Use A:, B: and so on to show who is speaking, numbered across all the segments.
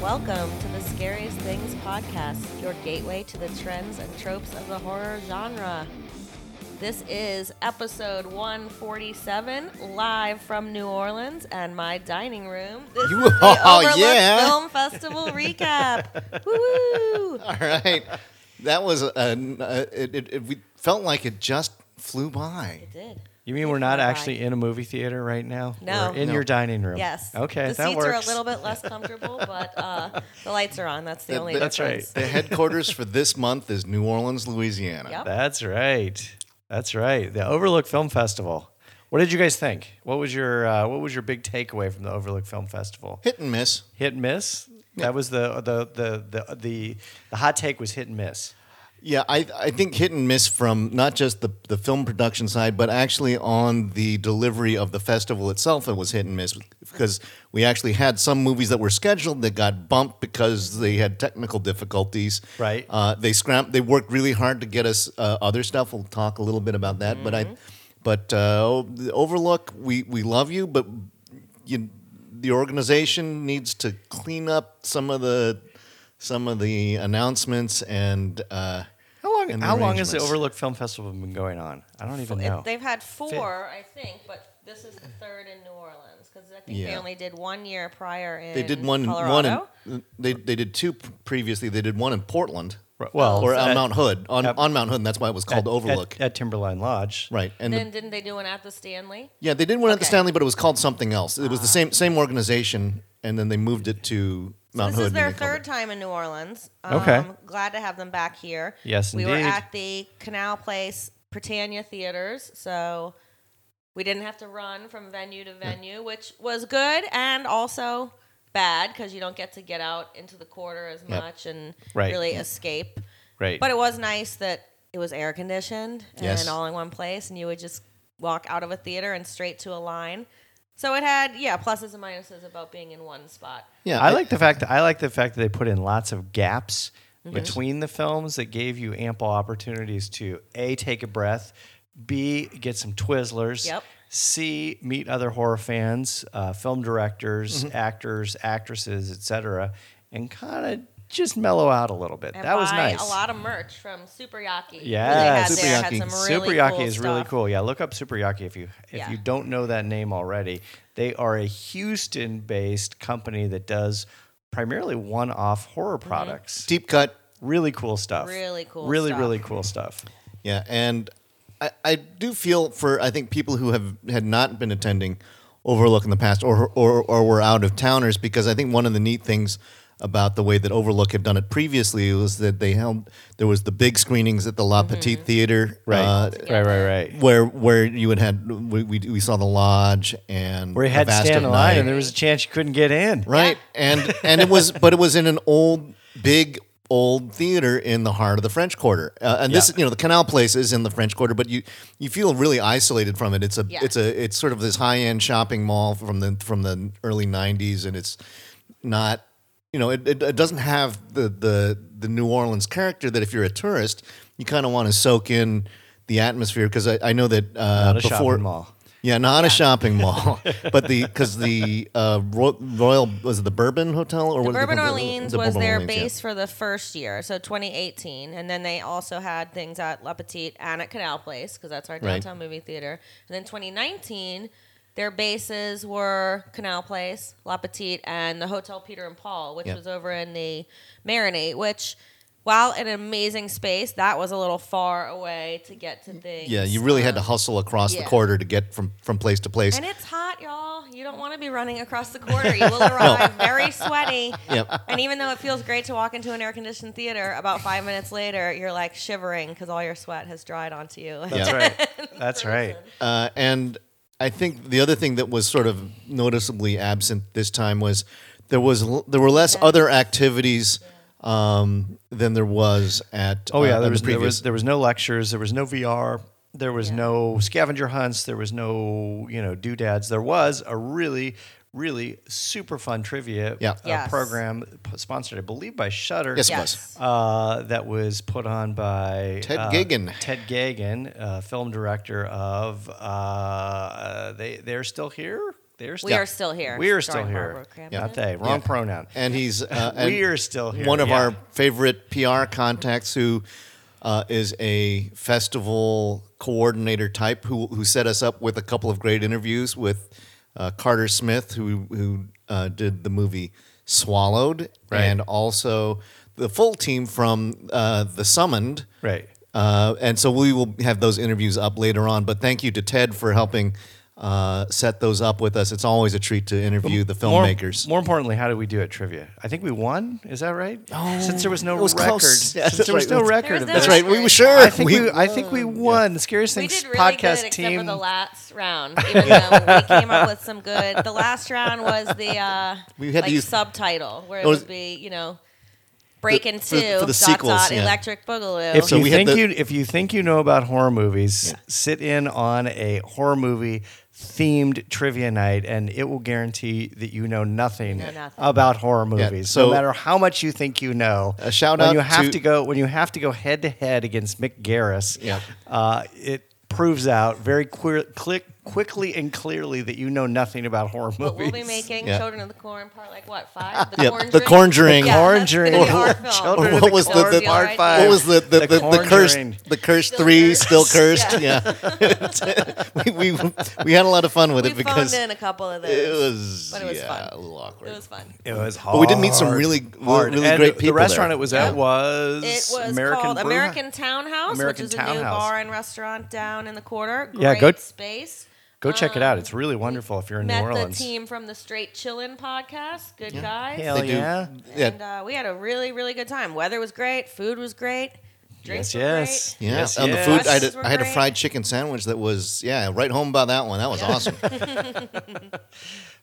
A: Welcome to the Scariest Things podcast, your gateway to the trends and tropes of the horror genre. This is episode 147, live from New Orleans and my dining room. This
B: You-
A: is the
B: oh,
A: Overlook
B: yeah.
A: Film Festival recap. Woo!
B: All right, that was a, a- it, it, it. We felt like it just flew by.
A: Did
C: You mean
A: It
C: we're not
A: flew by.
C: actually in a movie theater right now?
A: No.
C: We're in
B: No.
C: your dining room.
A: Yes.
C: Okay,
A: The
C: that
A: seats
C: works.
A: are a little bit less comfortable, but uh, the lights are on. That's the
B: That-
A: only.
B: that's
C: right.
A: difference.
B: The headquarters for this month is New Orleans, Louisiana.
A: Yep.
C: That's right. That's right. The Overlook Film Festival. What did you guys think? What was your uh, What was your big takeaway from the Overlook Film Festival?
B: Hit and miss.
C: Hit and miss. That was the the, the the the the hot take was hit and miss.
B: Yeah, I, I think hit and miss from not just the, the film production side, but actually on the delivery of the festival itself, it was hit and miss because we actually had some movies that were scheduled that got bumped because they had technical difficulties.
C: Right.
B: Uh, they scram. They worked really hard to get us uh, other stuff. We'll talk a little bit about that. But I, but uh, the Overlook, we we love you, but you, the organization needs to clean up some of the some of the announcements and. Uh,
C: How long
B: and
C: How long has the
B: arrangements.
C: Overlook Film Festival been going on? I don't even
A: It-
C: know.
A: They've had four, I think, but this is the third in New Orleans because I think they
B: Yeah.
A: only did one year prior in.
B: They did one.
A: Colorado.
B: One. In, they they did two p- previously. They did one in Portland.
C: Right, well,
B: or on
C: at-
B: Mount Hood. On,
C: at-
B: on Mount Hood. And that's why it was
C: At-
B: called Overlook.
C: at, at Timberline Lodge.
B: right. And
A: then
B: the,
A: didn't they do one at the Stanley?
B: yeah, they did one at the
A: Okay. Ah.
B: Stanley, but it was called something else. It was the same same organization, and then they moved it to Mount
A: This
B: Hood.
A: is
B: and
A: their
B: they called
A: third
B: it-
A: time in New Orleans. Um,
C: Okay.
A: Glad to have them back here.
C: Yes,
A: we were
C: indeed.
A: at the Canal Place Britannia Theaters, so we didn't have to run from venue to venue, which was good and also bad because you don't get to get out into the quarter as
B: Yep.
A: much and
C: Right.
A: really escape.
C: Right.
A: But it was nice that it was air conditioned and
B: Yes.
A: all in one place, and you would just walk out of a theater and straight to a line. So it had, yeah, pluses and minuses about being in one spot.
B: Yeah,
C: I like the fact that I like the fact that they put in lots of gaps
A: Mm-hmm.
C: between the films that gave you ample opportunities to a take a breath, b get some Twizzlers,
A: Yep.
C: c meet other horror fans, uh, film directors,
A: Mm-hmm.
C: actors, actresses, etc., and kind of just mellow out a little bit.
A: and
C: that was
A: buy
C: nice.
A: a lot of merch from Super Yaki.
C: Yes.
A: they had there, had
B: Superyaki.
A: some really
C: Super Yaki
A: cool
C: is really
A: stuff.
C: cool. Yeah, look up Super Yaki if you if
A: Yeah.
C: you don't know that name already. They are a Houston-based company that does primarily one-off horror products.
B: deep cut.
C: Really cool stuff.
A: Mm-hmm. Really cool
C: Really
A: stuff.
C: really cool stuff.
B: Yeah, and I, I do feel for I think people who have had not been attending Overlook in the past or or or were out of towners because I think one of the neat things about the way that Overlook had done it previously was that they held there was the big screenings at the La Petite Theater, uh,
C: right, right, right.
B: where where you had had we, we, we saw the lodge and
C: Where you had
B: the
C: to
B: Vast
C: stand
B: of
C: in line
B: Night.
C: and there was a chance you couldn't get in.
B: right and and it was but it was in an old big old theater in the heart of the French Quarter uh, and this
C: Yeah.
B: you know the Canal Place is in the French Quarter but you you feel really isolated from it it's a
A: Yeah.
B: it's a it's sort of this high end shopping mall from the from the early 90s and it's not you know it, it, it doesn't have the the the New Orleans character that if you're a tourist you kind of want to soak in the atmosphere because I, I know that uh,
C: Not a
B: before
C: shopping mall.
B: yeah, not a shopping mall, but the because the uh, Ro- Royal was it the Bourbon Hotel or
A: The
B: was it
A: Bourbon
B: the-
A: Orleans
B: the
A: was
B: Bourbon
A: their
B: Orleans, yeah.
A: base for the first year, so 2018, and then they also had things at La Petite and at Canal Place because that's our
B: Right.
A: downtown movie theater. And then 2019, their bases were Canal Place, La Petite, and the Hotel Peter and Paul, which
B: Yep.
A: was over in the Marinate, which. While an amazing space, that was a little far away to get to things.
B: Yeah, you really had to
A: um,
B: hustle across
A: yeah.
B: the quarter to get from from place to place.
A: And it's hot, y'all. You don't want to be running across the quarter. You will arrive very sweaty.
B: Yep.
A: And even though it feels great to walk into an air conditioned theater, about five minutes later, you're like shivering because all your sweat has dried onto you.
B: Yeah.
C: That's right. That's right.
B: Uh, and I think the other thing that was sort of noticeably absent this time was there was l- there were less other activities um, than there was at
C: Oh
B: uh,
C: yeah,
B: at
C: there was,
B: the
C: there
B: previous.
C: was there was no lectures, there was no VR, there was no scavenger hunts, there was no you know doodads. There was a really really super fun trivia
B: Yeah.
C: uh,
A: Yes.
C: program p- sponsored, I believe, by Shutter.
B: yes, it
A: Yes.
B: was.
C: Uh, that was put on by
B: Ted
C: uh,
B: Gagin.
C: Ted Gagan, uh, film director of uh, they they're still here. They're still
A: We are still here.
C: We are
A: starring
C: still here.
A: Barbara Crampton.
C: Not they. Wrong
B: Yeah.
C: pronoun.
B: and he's uh, and
C: We are still here,
B: One of
C: yeah.
B: our favorite PR contacts who uh, is a festival coordinator type who who set us up with a couple of great interviews with uh, Carter Smith who who uh, did the movie Swallowed
C: Right.
B: and also the full team from uh, The Summoned.
C: Right.
B: Uh, and so we will have those interviews up later on. But thank you to Ted for helping uh, set those up with us. It's always a treat to interview the
C: More-
B: filmmakers.
C: More, importantly, how did we do at trivia? I think we won. Is that right? Oh, since there was no
B: it was
C: record.
B: close. Yeah,
C: since
B: that's
C: there was
B: right.
C: no
B: That's-
C: record
A: There
C: of
A: was no
C: this.
B: That's right. We
A: record.
B: were sure.
C: I think we,
B: we-
C: I think we won. The Scariest
A: We
C: Things
A: did really
C: podcast
A: good, except
C: team.
A: for the last round. Even though we came up with some good, the last round was the uh,
B: We had to
A: like
B: use-
A: subtitle where it
B: It was-
A: would be you know break
B: The-
A: in
B: for-
A: two
B: for the
A: dot
B: sequels,
A: dot
B: yeah.
A: electric boogaloo.
C: If
B: So
C: you
B: we had
C: think
B: the-
C: you if you think you know about horror movies, sit in on a horror movie themed trivia night, and it will guarantee that you know nothing,
A: know nothing.
C: about horror movies.
B: so-
C: no matter how much you think you know,
B: A shout
C: when
B: out
C: you have to,
B: to-
C: go when you have to go head to head against Mick Garris.
B: Yeah.
C: uh, it proves out very queer, click, quickly and clearly that you know nothing about horror
A: but
C: movies.
A: we'll be making
B: Yeah.
A: Children of the Corn part like what five? The
B: Yeah,
A: Corn
B: The
A: Drink?
B: Conjuring.
A: Yeah, that's
C: Conjuring.
A: gonna be our film.
C: Children of
B: What
C: the
B: was the-
A: Corn
B: the-
A: Field,
C: part five?
A: Yeah.
B: What was the the,
C: The
B: the, the, curse
C: Conjuring.
B: the curse
A: Still
B: three
A: cursed.
B: still cursed yeah, we, we we had a lot of fun with
A: We
B: it because
A: phoned in a couple of
B: it
A: those.
B: was
A: But it was
B: yeah,
A: fun.
B: a little awkward.
A: It was fun.
C: It was hard.
B: But we did meet some really
C: hard.
B: really
C: And
B: great people.
C: The restaurant
B: there.
C: it was
A: Yeah.
C: at was
A: It was
C: American
A: called
C: Brew-
A: American Townhouse,
C: American
A: which is a new
C: Townhouse.
A: bar and restaurant down in the quarter. Great
C: Yeah, go-
A: space.
C: Go check it out. It's really wonderful if you're in New
A: Um, Met the
C: Orleans.
A: team from the Straight Chillin' podcast. Good guys.
C: Hell
B: They do-
C: yeah.
B: yeah.
A: And uh, we had a really, really good time. Weather was great. Food was great. Drinks
C: Yes,
A: were
C: yes.
B: Yeah,
C: Yes,
B: on
C: yes.
B: the food, I had,
A: Sausages
B: a,
A: were
B: I had a
A: great.
B: fried chicken sandwich that was, yeah, right home about that one. That was awesome.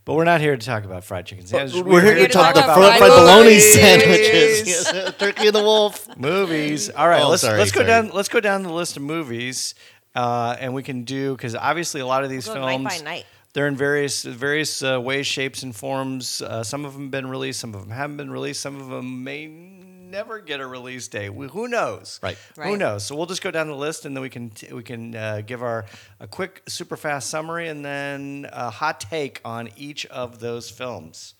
C: But we're not here to talk about fried chicken sandwiches.
B: We're here to talk about fried,
A: fried
B: bologna
A: bologna.
B: sandwiches. Yes, turkey and the wolf.
C: movies. All right,
B: Oh,
C: let's
B: sorry,
C: let's go
B: sorry.
C: down. Let's go down the list of movies, uh, and we can do because obviously a lot of these
A: We'll go night
C: films
A: by night.
C: they're in various various uh, ways, shapes, and forms. Uh, some of them have been released. Some of them haven't been released. Some of them may never get a release date. We, who knows?
B: Right.
A: Right.
C: Who knows? So we'll just go down the list, and then we can t- we can uh, give our a quick, super fast summary, and then a hot take on each of those films.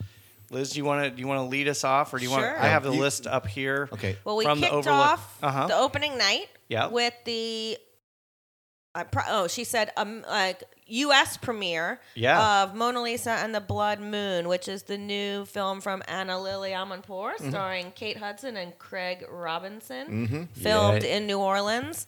C: Liz, do you want to do you want to lead us off, or do you want?
A: Sure.
C: I have the
B: You-
C: list up here.
B: Okay.
A: Well, we
C: from the
A: kicked
C: Overlook-
A: off
C: Uh-huh.
A: the opening night
C: Yeah.
A: with the. I pro- oh, she said um, like U.S. premiere
C: Yeah.
A: of Mona Lisa and the Blood Moon, which is the new film from Anna Lily Amanpour,
C: Mm-hmm.
A: starring Kate Hudson and Craig Robinson, filmed
C: Yeah.
A: in New Orleans.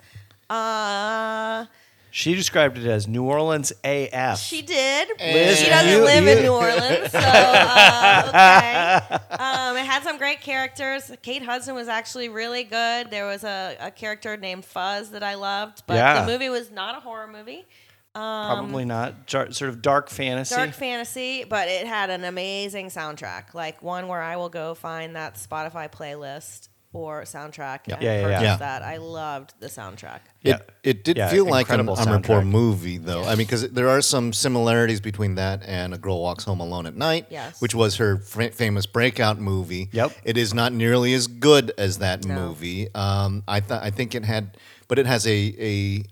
A: Uh,
C: She described it as New Orleans AF.
A: She did.
B: Liz,
A: she doesn't
C: you-
A: live
C: you-
A: in New Orleans, so uh, okay. Um, it had some great characters. Kate Hudson was actually really good. There was a, a character named Fuzz that I loved, but
C: Yeah.
A: the movie was not a horror movie,
C: Probably not. Jar- sort of dark fantasy.
A: um, dark fantasy, but it had an amazing soundtrack, like one where I will go find that Spotify playlist or soundtrack and
C: Yeah, yeah, yeah.
A: purchase
B: Yeah.
A: that. I loved the soundtrack.
C: Yeah.
B: It, it did
C: Yeah,
B: feel like an
C: incredible
B: Armored Core
C: soundtrack.
B: movie, though. I mean, because there are some similarities between that and A Girl Walks Home Alone at Night,
A: Yes.
B: which was her fr- famous breakout movie.
C: Yep.
B: It is not nearly as good as that
A: No.
B: movie. Um, I th- I think it had, but it has a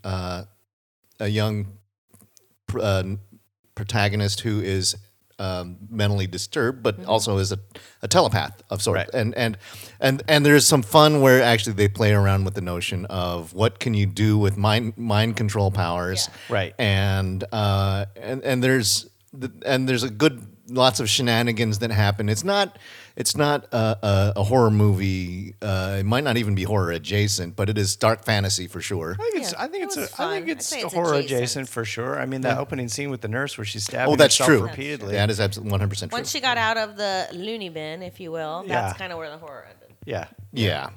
B: a uh, a young pr- uh, protagonist who is um, mentally disturbed, but also is a, a telepath of sorts.
C: Mm-hmm. Right.
B: And and and and there's some fun where actually they play around with the notion of what can you do with mind mind control powers,
A: Yeah.
C: Right.
B: And uh, and and there's th- and there's a good lots of shenanigans that happen. It's not it's not a, a, a horror movie. Uh, it might not even be horror adjacent, but it is dark fantasy for sure.
C: I think it's.
A: Yeah,
C: I think
A: it
C: it's.
A: was
C: A, I think
A: fun.
C: it's,
A: I'd say it's
C: horror adjacent.
A: adjacent.
C: for sure. I mean, that opening scene with the nurse where she's stabbing
B: Oh, that's
C: herself
B: true.
C: repeatedly.
B: That is absolutely one hundred percent true.
A: Once she got out of the loony bin, if you will, that's
C: Yeah.
A: kind of where the horror ended.
C: yeah.
B: yeah.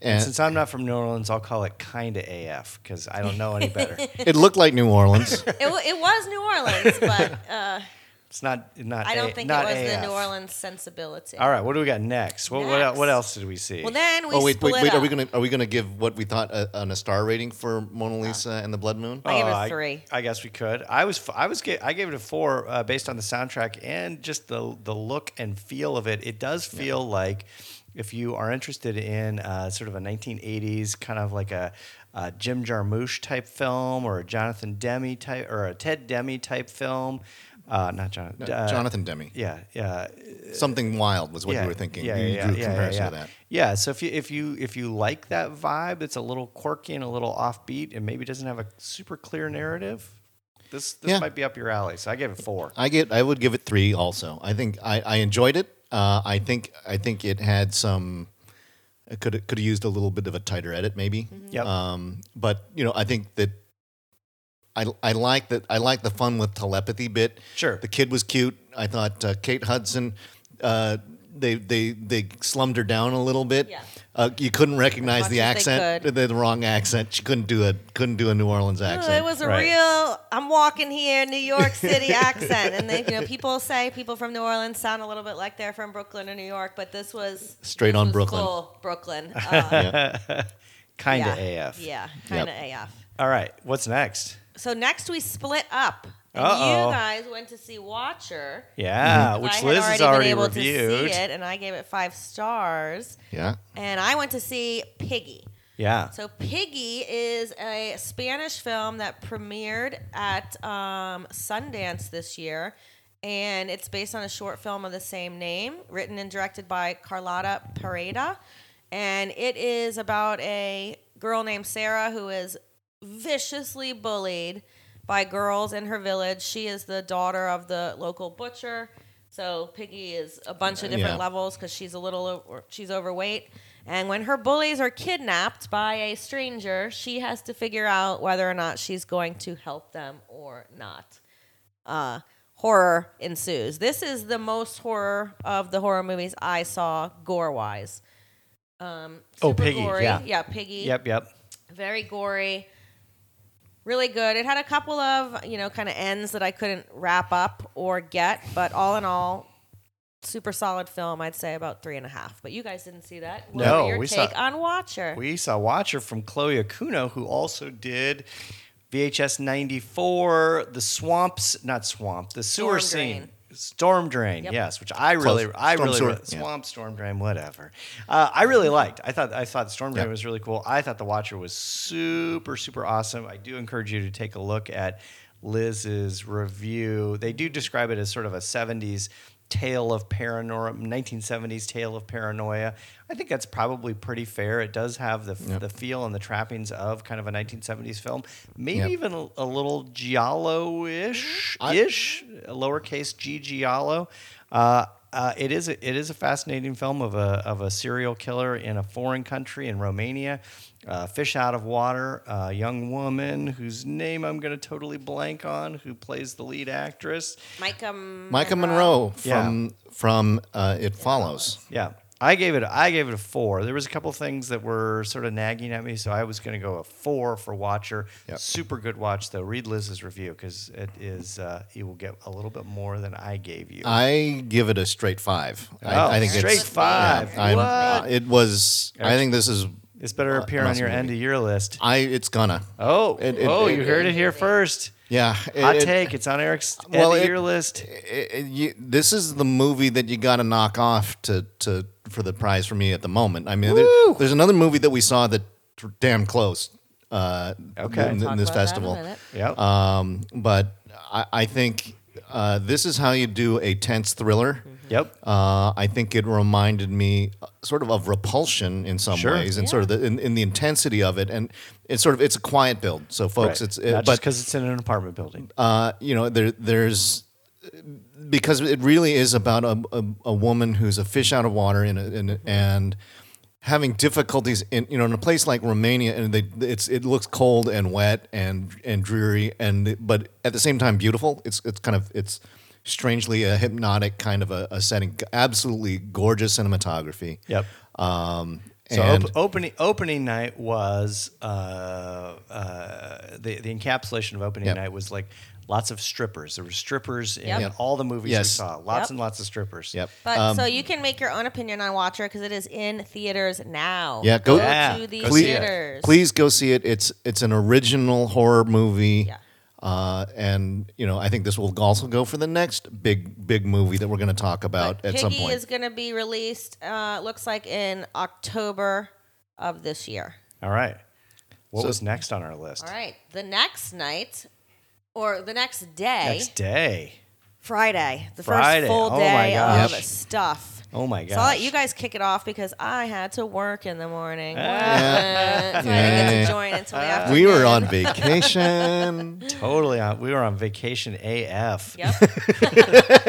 C: And
B: And
C: since I'm not from New Orleans, I'll call it kinda AF because I don't know any better.
B: it looked like New Orleans.
A: It, wa- it was New Orleans, but uh,
C: it's not not.
A: I
C: A-
A: don't think it
C: not
A: was the
C: AF.
A: New Orleans sensibility.
C: All right, what do we got next? What what, el-
A: Next.
C: what else did we see?
A: Well, then we
B: oh wait,
A: split
B: wait, wait. Are
A: up.
B: we gonna are we gonna give what we thought uh, on a star rating for Mona Lisa and the Blood Moon?
A: I gave it
C: Oh,
A: a three.
C: I, guess we could. I was I was ga- I gave it a four uh, based on the soundtrack and just the the look and feel of it. It does feel like if you are interested in uh, sort of a 1980s kind of like a, uh Jim Jarmusch type film or a Jonathan Demi type or a Ted Demi type film. Uh, not John, uh,
B: Jonathan Demi.
C: Yeah, yeah,
B: Something wild was what you were thinking. you drew a comparison
C: yeah.
B: to that.
C: Yeah, so if you if you if you like that vibe, that's a little quirky and a little offbeat, and maybe doesn't have a super clear narrative. This this
B: Yeah. Uh,
C: might be up your alley. So I gave it four.
B: I get. I would give it three. Also, I think I, I enjoyed it. Uh, I think I think it had some. It could could have used a little bit of a tighter edit, maybe.
C: Yep.
B: Um, but you know, I think that. I, I like that. I like the fun with telepathy bit.
C: Sure.
B: The kid was cute. I thought uh, Kate Hudson. Uh, they they they slummed her down a little bit.
A: Yeah.
B: Uh, you couldn't recognize
A: much
B: the
A: as they
B: accent,
A: could.
B: the, the wrong accent. She couldn't do a couldn't do a New Orleans accent.
A: It was a
C: Right.
A: real. I'm walking here, New York City accent, and they, you know, people say people from New Orleans sound a little bit like they're from Brooklyn or New York, but this was
B: Straight
A: this
B: on
A: was
B: Brooklyn.
A: full Brooklyn. Uh,
C: Kind of
A: yeah.
C: AF.
A: Yeah, kind of AF.
C: All right, what's next?
A: So next we split up, and
C: Uh-oh.
A: you guys went to see Watcher.
B: Mm-hmm.
C: Yeah,
A: I
C: which
A: had
C: Liz
A: already
C: has already
A: been able
C: reviewed.
A: to see it, and I gave it five stars.
B: yeah.
A: And I went to see Piggy.
C: Yeah.
A: So Piggy is a Spanish film that premiered at um, Sundance this year, and it's based on a short film of the same name, written and directed by Carlotta Pareda, and it is about a girl named Sarah who is viciously bullied by girls in her village. She is the daughter of the local butcher. So Piggy is a bunch of different
B: Yeah.
A: levels because she's a little o- or she's overweight. And when her bullies are kidnapped by a stranger, she has to figure out whether or not she's going to help them or not. Uh, horror ensues. This is the most horror of the horror movies I saw gore wise. Um,
C: Oh,
A: super
C: Piggy,
A: gory.
C: yeah.
A: yeah, Piggy
C: Yep. Yep.
A: very gory really good it had a couple of you know kind of ends that i couldn't wrap up or get but all in all super solid film i'd say about three and a half but you guys didn't see that what
C: No,
A: were your
C: we saw-
A: take on watcher
C: We saw Watcher from Chloe Akuno, who also did VHS 94, The Swamps, not Swamp, The Sewer
A: Storm
C: Scene.
A: Drain.
C: Storm Drain,
A: Yep.
C: yes, which I really,
B: Close.
C: I
B: Storm
C: really,
B: Sewer, yeah.
C: Swamp, Storm Drain, whatever. Uh, I really liked. I thought, I thought Storm Drain
B: Yeah.
C: was really cool. I thought The Watcher was super, super awesome. I do encourage you to take a look at Liz's review. They do describe it as sort of a 70s tale of paranoia, 1970s tale of paranoia. I think that's probably pretty fair. It does have the, the feel and the trappings of kind of a 1970s film, maybe
B: Yep.
C: even a, a little giallo-ish, ish, a lowercase g giallo. Uh, uh, it is a, it is a fascinating film of a of a serial killer in a foreign country in Romania, uh, fish out of water, a young woman whose name I'm going to totally blank on, who plays the lead actress.
A: micah monroe,
B: Micah Monroe
C: Yeah.
B: from from uh, It Follows.
C: Yeah. I gave it I gave it a four. There was a couple things that were sort of nagging at me, so I was going to go a four for Watcher.
B: Yep.
C: Super good watch though. Read Liz's review because it is uh, you will get a little bit more than I gave you.
B: Uh, I give it a straight five.
C: Oh,
B: I, I think
C: straight
B: it's,
C: five.
B: I'm-
C: What?
B: uh, it was. I think this is.
C: it's better appear on
B: must
C: your
B: be.
C: end of year list.
B: I. It's gonna.
C: Oh,
B: It- it-
C: oh,
B: it-
C: you heard it here first.
B: Yeah. It,
C: Hot
B: it-
C: take. It's on Eric's
B: well,
C: end of
B: it-
C: year list.
B: it- it- you- this is the movie that you got to knock off to to for the prize for me at the moment. I mean, there- there's another movie that we saw that tr- damn close. Uh,
C: Okay.
B: In,
A: Talk
B: in
A: about that in
B: this
A: a
B: festival.
A: minute.
C: Yep.
B: Um, but I, I think uh, this is how you do a tense thriller.
A: Mm-hmm.
C: yep.
B: Uh, I think it reminded me uh, sort of of repulsion in some
C: Sure.
B: ways, and sort of the, in, in the intensity of it, and it's sort of it's a quiet build. So, folks, it's
C: Not
B: it,
C: just
B: but
C: because it's in an apartment building.
B: uh, you know there there's because it really is about a, a, a woman who's a fish out of water in a, in a, and having difficulties in you know in a place like Romania and they it's it looks cold and wet and and dreary and but at the same time beautiful it's it's kind of it's strangely a hypnotic kind of a, a setting absolutely gorgeous cinematography
C: Yep.
B: um
C: So oh,
B: and
C: op- opening opening night was uh, uh, the the encapsulation of opening
B: Yep.
C: night was like lots of strippers. There were strippers in
A: Yep. Yep.
C: all the movies we
B: Yes.
C: saw. Lots
A: Yep.
C: and lots of strippers.
B: yep
A: but so you can make your own opinion on watcher because it is in theaters now
B: Yeah, go-
C: Yeah,
A: to the
C: go see it.
A: theaters
B: Please go see it. It's it's an original horror movie.
A: Yeah.
B: Uh, and you know, I think this will also go for the next big big movie that we're going to talk about
A: But
B: at some
A: Piggy
B: point.
A: is going to be released. Uh, looks like in October of this year.
C: All right. What
B: So-
C: was next on our list?
A: All right. The next night, or the next day,
C: Next day.
A: Friday, the
C: Friday.
A: first full
C: Oh my
A: day of
B: gosh.
A: stuff.
C: Oh my
A: So I'll let
C: gosh.
A: you guys kick it off because I had to work in the morning.
B: Yeah.
A: Wah. So I didn't get
B: Yeah.
A: to join until the afternoon.
B: We were on vacation.
C: Totally. On, we were on vacation AF.
A: Yep.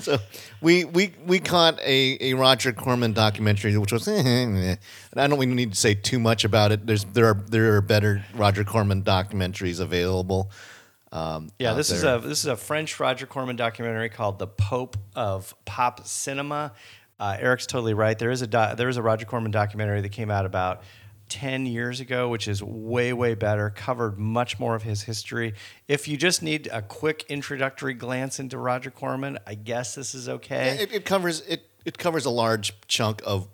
B: So we we we caught a, a Roger Corman documentary, which was. And I don't even need to say too much about it. There's there are there are better Roger Corman documentaries available. Um,
C: Yeah,
B: out
C: this is
B: there.
C: a this is a French Roger Corman documentary called "The Pope of Pop Cinema." Uh, Eric's totally right. There is a do- there is a Roger Corman documentary that came out about ten years ago, which is way way better. Covered much more of his history. If you just need a quick introductory glance into Roger Corman, I guess this is okay.
B: It, it covers it it covers a large chunk of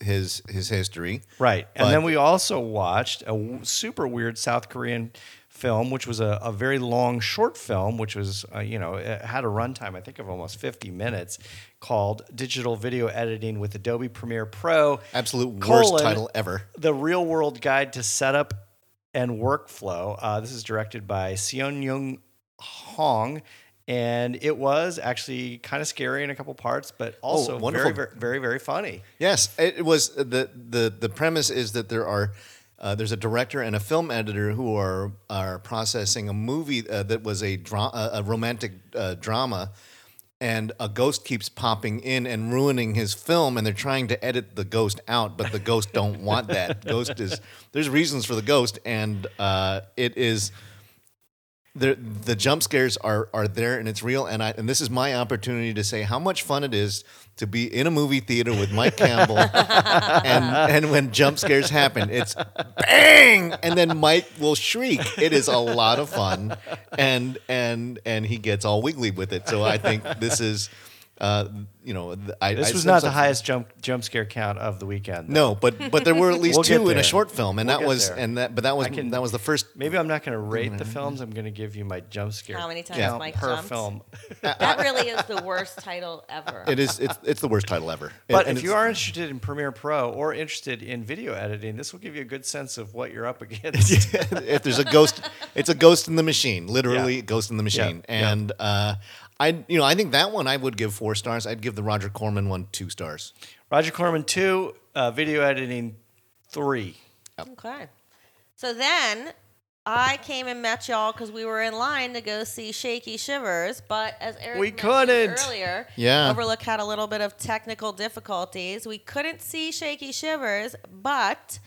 B: his his history.
C: Right. And
B: But-
C: then we also watched a w- super weird South Korean film, which was a, a very long short film, which was, uh, you know, it had a runtime, I think, of almost 50 minutes, called Digital Video Editing with Adobe Premiere Pro.
B: Absolute
C: colon,
B: worst title ever.
C: The Real World Guide to Setup and Workflow. Uh, this is directed by Seon Young Hong. And it was actually kind of scary in a couple parts, but also very,
B: Oh, wonderful.
C: very, very, very funny.
B: Yes, it it was the the the premise is that there are uh, there's a director and a film editor who are are processing a movie uh, that was a dra- uh, a romantic uh, drama, and a ghost keeps popping in and ruining his film, and they're trying to edit the ghost out, but the ghost don't want that. Ghost is there's reasons for the ghost, and uh, it is. The, the jump scares are, are there and it's real and I and this is my opportunity to say how much fun it is to be in a movie theater with Mike Campbell and and when jump scares happen it's bang and then Mike will shriek it is a lot of fun and and and he gets all wiggly with it so I think this is uh you know th- I
C: This
B: I-
C: was not the
B: sometimes-
C: highest jump jump scare count of the weekend. though.
B: no but but there were at least
C: We'll get
B: two in
C: there.
B: a short film and
C: We'll
B: that
C: get
B: was
C: there.
B: and that but that was
C: can-
B: that was the first
C: Maybe I'm not going to rate the films. I'm going to give you my jump scare.
A: How many times
C: count
A: Mike
C: per
A: jumped?
C: film?
A: that really is the worst title ever.
B: it is it's, it's the worst title ever And
C: But if
B: it's-
C: you are interested in Premiere Pro or interested in video editing, this will give you a good sense of what you're up against.
B: if there's a ghost, it's a ghost in the machine, literally
C: Yeah.
B: ghost in the machine.
C: Yeah.
B: And uh, I, you know, I think that one I would give four stars. I'd give the Roger Corman one two stars.
C: Roger Corman two, uh, video editing three.
A: Okay. So then I came and met y'all because we were in line to go see Shaky Shivers, but as Eric
C: We
A: mentioned
C: couldn't.
A: earlier,
B: Yeah.
A: Overlook had a little bit of technical difficulties. We couldn't see Shaky Shivers, but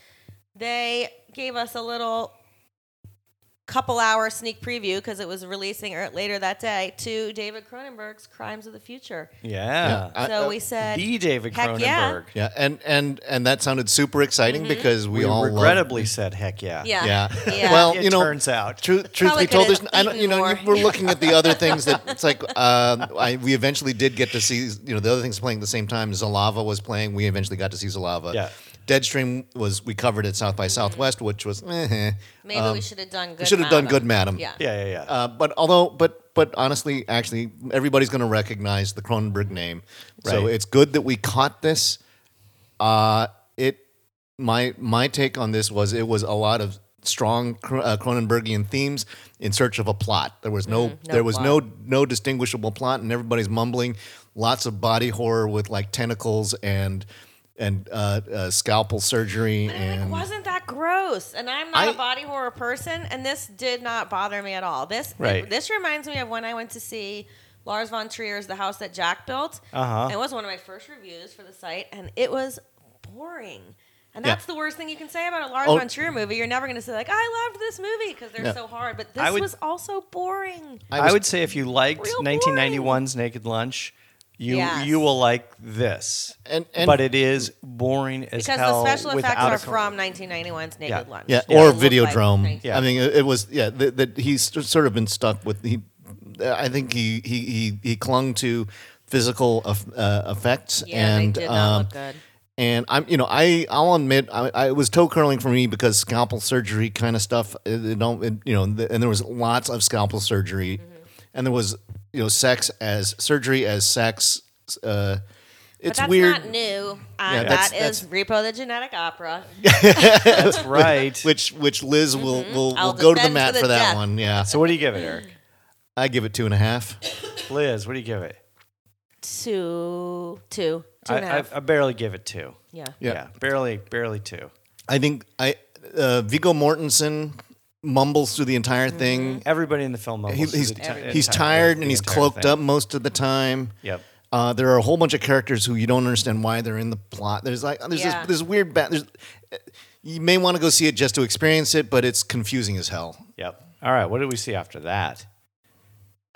A: they gave us a little couple hour sneak preview because it was releasing er- later that day to David Cronenberg's Crimes of the Future.
C: Yeah.
B: I-
A: so
B: uh,
A: we said,
C: the David
A: heck yeah.
C: Cronenberg.
B: Yeah, and and and that sounded super exciting
A: Mm-hmm.
B: because we,
C: We
B: all love.
C: regrettably said heck yeah.
A: yeah,
B: Yeah.
A: yeah.
B: Well,
C: It
B: you know,
C: turns out.
B: Truth, truth
A: Probably
B: be told,
A: could've
B: there's, I don't,
A: eaten
B: you know,
A: more.
B: you- we're looking at the other things that it's like. Um, I, we eventually did get to see, you know, the other things playing at the same time. Zalava was playing. We eventually got to see Zalava.
C: Yeah.
B: Deadstream was we covered at South by Southwest, which was. eh, eh.
A: maybe we should have done good.
B: should have done
A: Madam.
B: Good Madam.
A: Yeah.
C: Yeah, yeah, yeah.
B: Uh, but although, but but honestly, actually, everybody's going to recognize the Cronenberg name, so
C: Right.
B: it's good that we caught this. Uh, it my my take on this was it was a lot of strong Cro- uh, Cronenbergian themes in search of a plot. There was no,
A: no
B: there was no no distinguishable plot, and everybody's mumbling. Lots of body horror with like tentacles and and uh, uh, scalpel surgery
A: Like,
B: and
A: wasn't that gross? And I'm not a
B: I-
A: body horror person, and this did not bother me at all. This
C: Right.
A: this reminds me of when I went to see Lars von Trier's The House That Jack Built.
C: Uh-huh.
A: It was one of my first reviews for the site, and it was boring. And
B: Yeah.
A: that's the worst thing you can say about a Lars
B: Oh.
A: von Trier movie. You're never going to say like, "I loved this movie" because they're
B: Yeah.
A: so hard. But
C: I
A: this
C: would-
A: was also boring.
B: I
C: I,
B: was-
C: would say if you liked
A: Real boring.
C: 1991's Naked Lunch, you
A: Yes.
C: you will like this.
B: And- and-
C: but it is boring as
A: Because
C: hell.
A: the special effects
C: without
A: are
C: a Cron-
A: from 1991's Naked
C: Yeah.
A: Lunch.
B: Yeah,
A: They
B: or
A: look like
B: Videodrome.
A: 1991.
C: Yeah.
B: I mean, it, it was yeah that, that he's s- sort of been stuck with he. I think he he he, he clung to physical eff- uh, effects
A: Yeah,
B: and
A: they did not
B: um,
A: look good.
B: and I'm you know I I'll admit I, I it was toe curling for me because scalpel surgery kind of stuff it, it don't it, you know th- and there was lots of scalpel surgery
A: Mm-hmm.
B: and there was you know sex as surgery as sex uh,
A: But
B: it's
A: that's
B: weird
A: not new. Uh,
B: that's-
A: that is Repo the Genetic Opera.
C: That's right.
B: which which Liz will will, will
A: Mm-hmm. I'll
B: go to the
A: defend to
B: mat
A: the
B: for that
A: death.
B: one yeah
C: so what do you give it, Eric?
B: I give it two and a half.
C: Liz, what do you give it?
A: Two, two, two
C: I,
A: and a half.
C: I, I barely give it two.
A: yeah.
B: Yeah.
C: barely, barely two.
B: I think I uh, Viggo Mortensen mumbles through the entire
A: Mm-hmm.
B: thing.
C: Everybody in the film mumbles.
B: He- he's
C: the ti-
B: he's
C: entire-
B: tired
C: the
B: and he's
C: entire
B: cloaked
C: thing.
B: up most of the time.
C: Yep.
B: Uh, there are a whole bunch of characters who you don't understand why they're in the plot. There's like there's
A: Yeah.
B: this, this weird bat. There's, you may want to go see it just to experience it, but it's confusing as hell.
C: Yep. All right. What did we see after that?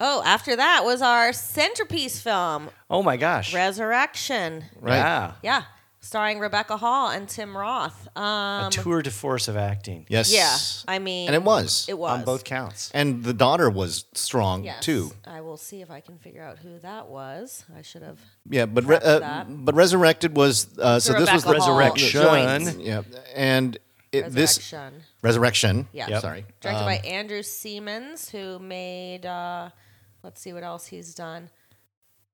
A: Oh, after that was our centerpiece film,
C: Oh my gosh.
A: Resurrection.
B: Right?
C: Yeah.
A: Yeah, starring Rebecca Hall and Tim Roth.
C: A
A: Um,
C: tour de force of acting.
B: Yes.
A: yeah, I mean,
B: and it was.
A: It was
C: On both counts.
B: And the daughter was strong
A: Yes.
B: too.
A: I will see if I can figure out who that was. I should have.
B: Yeah, but re- uh,
A: that.
B: but resurrected was uh, so this was
A: Rebecca Hall
C: Resurrection.
A: joints.
B: Yeah, and it, this
A: Resurrection.
B: resurrection.
A: Yeah.
C: Yep.
B: sorry. Um,
A: Directed
C: Um,
A: by Andrew Siemens, who made, uh, let's see what else he's done.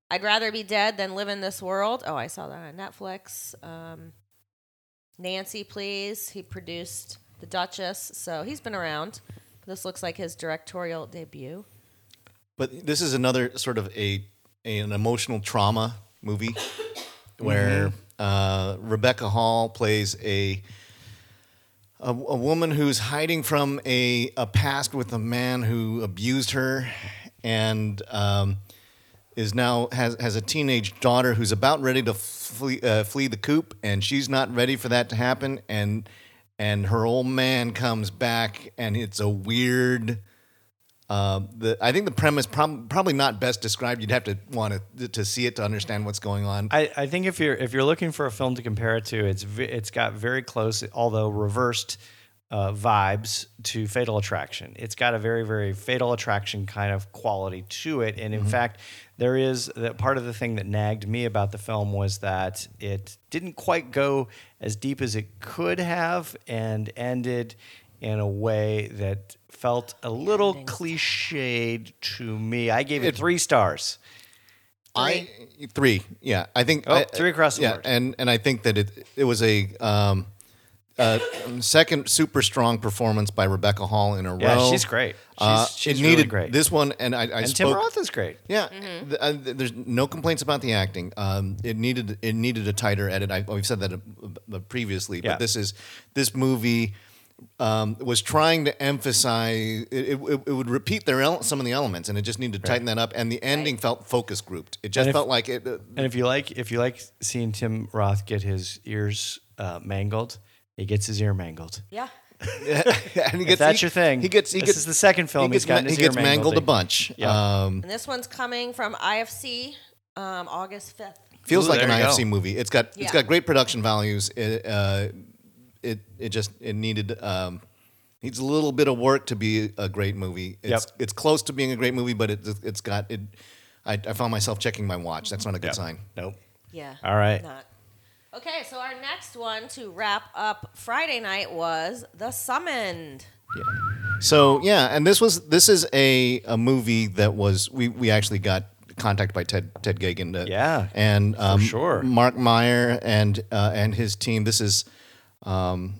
A: I'd rather be dead than live in this world. Oh, I saw that on Netflix. Um, Nancy, please. He produced The Duchess, so he's been around. This looks like his directorial debut.
B: But this is another sort of a, a- an emotional trauma movie where uh, Rebecca Hall plays a, a a woman who's hiding from a a past with a man who abused her and um, is now has has a teenage daughter who's about ready to flee uh, flee the coop and she's not ready for that to happen and and her old man comes back and it's a weird uh, the I think the premise prob- probably not best described. You'd have to want to to see it to understand what's going on.
C: I, I think if you're if you're looking for a film to compare it to, it's ve- it's got very close, although reversed uh, vibes to Fatal Attraction. It's got a very very Fatal Attraction kind of quality to it, and in fact, there is that part of the thing that nagged me about the film was that it didn't quite go as deep as it could have, and ended in a way that felt a little cliched to me. I gave it three stars.
B: I three, yeah. I think
C: Oh,
B: I-
C: three across the
B: yeah,
C: board.
B: and and I think that it it was a um, uh, second super strong performance by Rebecca Hall in a
C: Yeah,
B: row.
C: she's great. She's,
B: Uh,
C: she's
B: it
C: really
B: needed
C: great.
B: this one, and I, I
C: and
B: spoke.
C: Tim Roth is great.
B: Yeah, th- uh, th- there's no complaints about the acting. Um, it needed it needed a tighter edit. I, we've said that uh, uh, previously,
C: Yeah.
B: but this is this movie um, was trying to emphasize it, it, it would repeat their ele- some of the elements, and it just needed to tighten that up. And the ending felt focus grouped. It just
C: And if-
B: felt like it. Uh,
C: And if you like, if you like seeing Tim Roth get his ears uh, mangled, he gets his ear mangled.
A: Yeah.
B: and he
C: If
B: gets
C: that's
B: he-
C: your thing,
B: He gets he
C: this
B: gets
C: is the second film
B: he gets,
C: he's gotten
B: ma-
C: his
B: he
C: ear
B: gets mangled a
C: mangled.
B: bunch.
C: Yeah.
B: Um,
A: And this one's coming from IFC um, August 5th.
B: feels
C: Ooh,
B: like an
C: there you go.
B: IFC movie. It's got
A: Yeah.
B: it's got great production values. It uh, it it just it needed um, needs a little bit of work to be a great movie. It's
C: Yep.
B: it's close to being a great movie, but it it's got it. I, I found myself checking my watch. That's not a good
C: Yeah.
B: sign.
C: Nope.
A: Yeah.
C: All right.
A: Not. Okay, so our next one to wrap up Friday night was The Summoned.
B: So yeah, and this was this is a, a movie that was we, we actually got contacted by Ted Ted Gagan. To,
C: Yeah,
B: and um,
C: sure.
B: Mark Meyer and uh, and his team. This is um,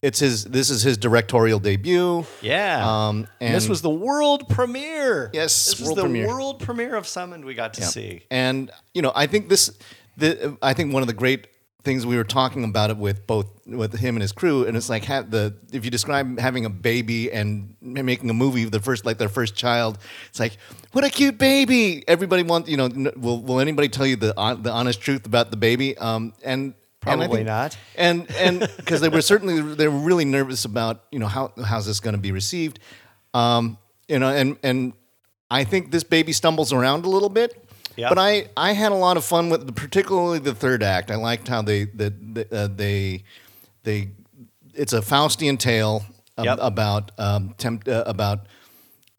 B: it's his this is his directorial debut.
C: Yeah.
B: Um, and
C: and this was the world premiere.
B: Yes,
C: This was
B: world
C: the
B: premiere.
C: world premiere of Summoned we got to
B: Yeah.
C: see.
B: And you know, I think this, the, I think one of the great things we were talking about it with both with him and his crew, and it's like ha- the if you describe having a baby and making a movie of the first like their first child, it's like what a cute baby. Everybody wants you know. n- Will will anybody tell you the hon- the honest truth about the baby? Um, and and I
C: Probably not.
B: and and because they were certainly they were really nervous about you know how how's this going to be received, um, you know, and and I think this baby stumbles around a little bit,
C: Yeah.
B: but I I had a lot of fun with particularly the third act. I liked how they the, the, uh, they they it's a Faustian tale ab-
C: Yep.
B: about um, tempt uh, about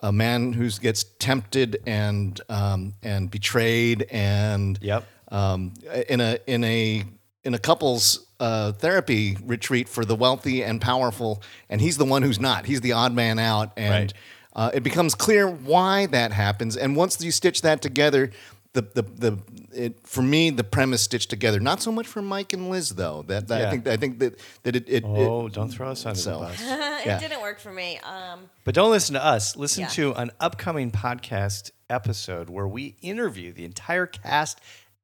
B: a man who gets tempted and um, and betrayed and
C: Yep.
B: um, in a in a in a couple's uh, therapy retreat for the wealthy and powerful, and he's the one who's not. He's the odd man out, and
C: Right.
B: uh, it becomes clear why that happens. And once you stitch that together, the the the it, for me the premise stitched together. Not so much for Mike and Liz though. That, that I
C: Yeah.
B: think I think that that it. it,
C: Oh,
B: it
C: don't throw us under
B: so-
C: the bus.
A: it
B: Yeah.
A: didn't work for me. Um,
C: But don't listen to us. Listen
A: Yeah.
C: to an upcoming podcast episode where we interview the entire cast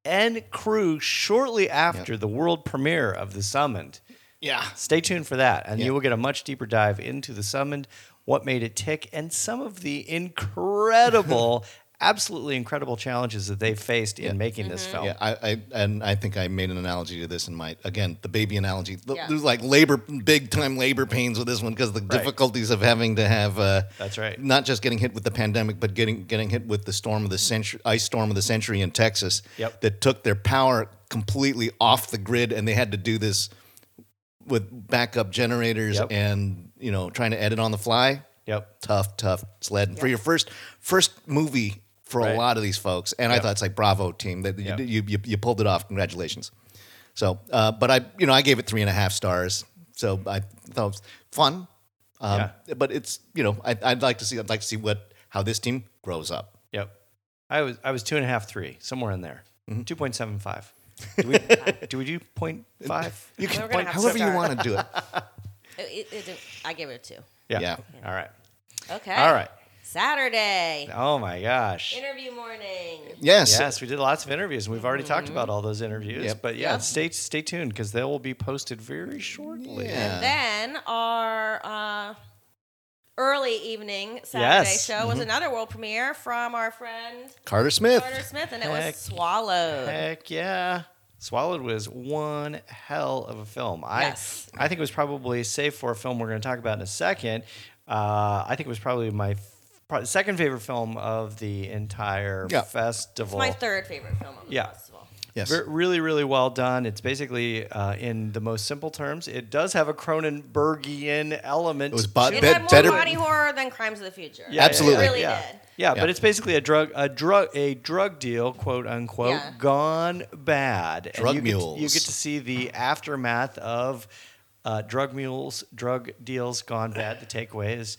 C: and crew shortly after the world premiere of The Summoned.
B: yeah.
C: Stay tuned for that, and
B: Yeah.
C: you will get a much deeper dive into The Summoned, what made it tick, and some of the incredible, absolutely incredible challenges that they faced in making this film.
B: Yeah, I, I and I think I made an analogy to this in my again the baby analogy. Th-
A: Yeah.
B: There's like labor, big time labor pains with this one because the difficulties of having to have. Uh,
C: That's right.
B: Not just getting hit with the pandemic, but getting getting hit with the storm of the century, ice storm of the century in Texas.
C: Yep.
B: That took their power completely off the grid, and they had to do this with backup generators
C: Yep.
B: and you know trying to edit on the fly
C: Yep.
B: tough, tough sled for your first first movie for
C: Right.
B: a lot of these folks. And I
C: Yep.
B: thought it's like bravo team that you,
C: Yep.
B: you, you you pulled it off. Congratulations. So, uh, but I you know I gave it three and a half stars. So I thought it was fun, um, but it's you know I, I'd like to see I'd like to see what how this team grows up.
C: Yep. I was I was two and a half, three, somewhere in there.
B: Mm-hmm.
C: Two point seven five. Do we, do we do point five?
B: You can
A: We're gonna
B: point
A: have to
B: however you
A: start.
B: want to do it.
A: it, it, it- I gave it a two.
C: Yeah.
B: Yeah.
C: All right.
A: Okay.
C: All right.
A: Saturday
C: Oh my gosh.
A: interview morning.
B: Yes.
C: Yes, we did lots of interviews, and we've already talked about all those interviews.
B: Yep.
C: But yeah,
A: Yep.
C: stay stay tuned because they will be posted very shortly.
B: Yeah.
A: Then our uh, early evening Saturday
C: Yes. Mm-hmm.
A: show was another world premiere from our friend
B: Carter Smith.
A: Carter Smith, and it
C: Heck.
A: was Swallowed.
C: Heck yeah. Swallowed was one hell of a film. I
A: Yes.
C: I think it was probably safe for a film we're going to talk about in a second. Uh, I think it was probably my f- pro- second favorite film of the entire
B: Yeah.
C: festival.
A: My third favorite film of the
C: Yeah.
A: festival.
B: Yes.
C: Ver- really, really well done. It's basically, uh, in the most simple terms, it does have a Cronenbergian element.
B: It was bo-
A: It
B: Be-
A: had more
B: better-
A: body horror than Crimes of the Future.
C: Yeah,
B: Absolutely.
A: It really
C: yeah.
A: did.
C: Yeah,
B: Yeah.
C: but it's basically a drug, a drug, a drug deal, quote unquote,
A: Yeah.
C: gone bad. And
B: Drug
C: you get to- you
B: mules.
C: get to see the aftermath of uh, drug mules, drug deals gone bad. The takeaway is,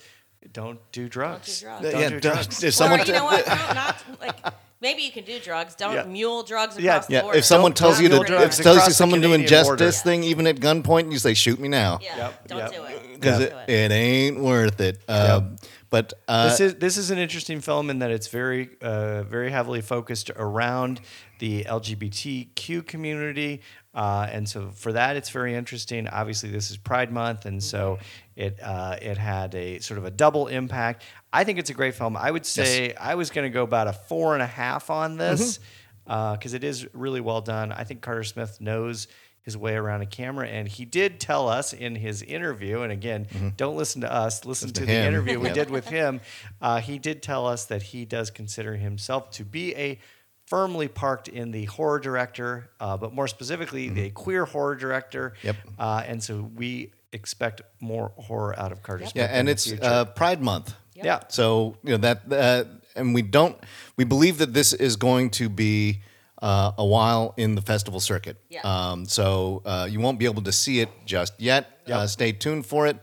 C: don't do drugs.
A: drugs.
B: Uh, Yeah,
C: do
B: don't-
C: drugs.
B: if
A: Or
B: someone
A: you know what? Don't, not like maybe you can do drugs. Don't
C: Yeah.
A: mule drugs across
C: Yeah.
A: the
B: Yeah,
A: border.
B: if someone
A: Don't
B: tells you
A: do
B: to
C: Don't
B: if
C: drive
A: drugs.
B: tells you
C: across the
B: someone to
C: Canadian
B: ingest
C: border.
B: this thing even at gunpoint, you say shoot me now.
A: Yeah,
C: Yep,
A: don't
C: yep.
A: do it.
B: because
A: Don't
B: it,
A: do it.
B: it ain't worth it. Um, But uh,
C: this is this is an interesting film in that it's very uh, very heavily focused around the LGBTQ community, uh, and so for that it's very interesting. Obviously, this is Pride Month, and so
B: Mm-hmm.
C: it uh, it had a sort of a double impact. I think it's a great film. I would say I was going to go about a four and a half
B: Mm-hmm.
C: on this because it is really well done. I think Carter Smith knows his way around a camera, and he did tell us in his interview. And again, don't listen to us; listen
B: Mm-hmm.
C: to,
B: to
C: the
B: him.
C: interview we
B: Yeah.
C: did with him. Uh, he did tell us that he does consider himself to be a firmly parked in the horror director, uh, but more specifically,
A: Mm-hmm.
C: the queer horror director.
B: Yep.
C: Uh, and so we expect more horror out of Carter Smith.
B: yeah, and
C: in
B: it's
C: the future.
B: uh, Pride Month.
C: yeah.
B: So you know that, uh, and we don't. We believe that this is going to be uh, a while in the festival circuit.
A: Yeah.
B: Um, so uh, you won't be able to see it just yet. Uh, stay tuned for it.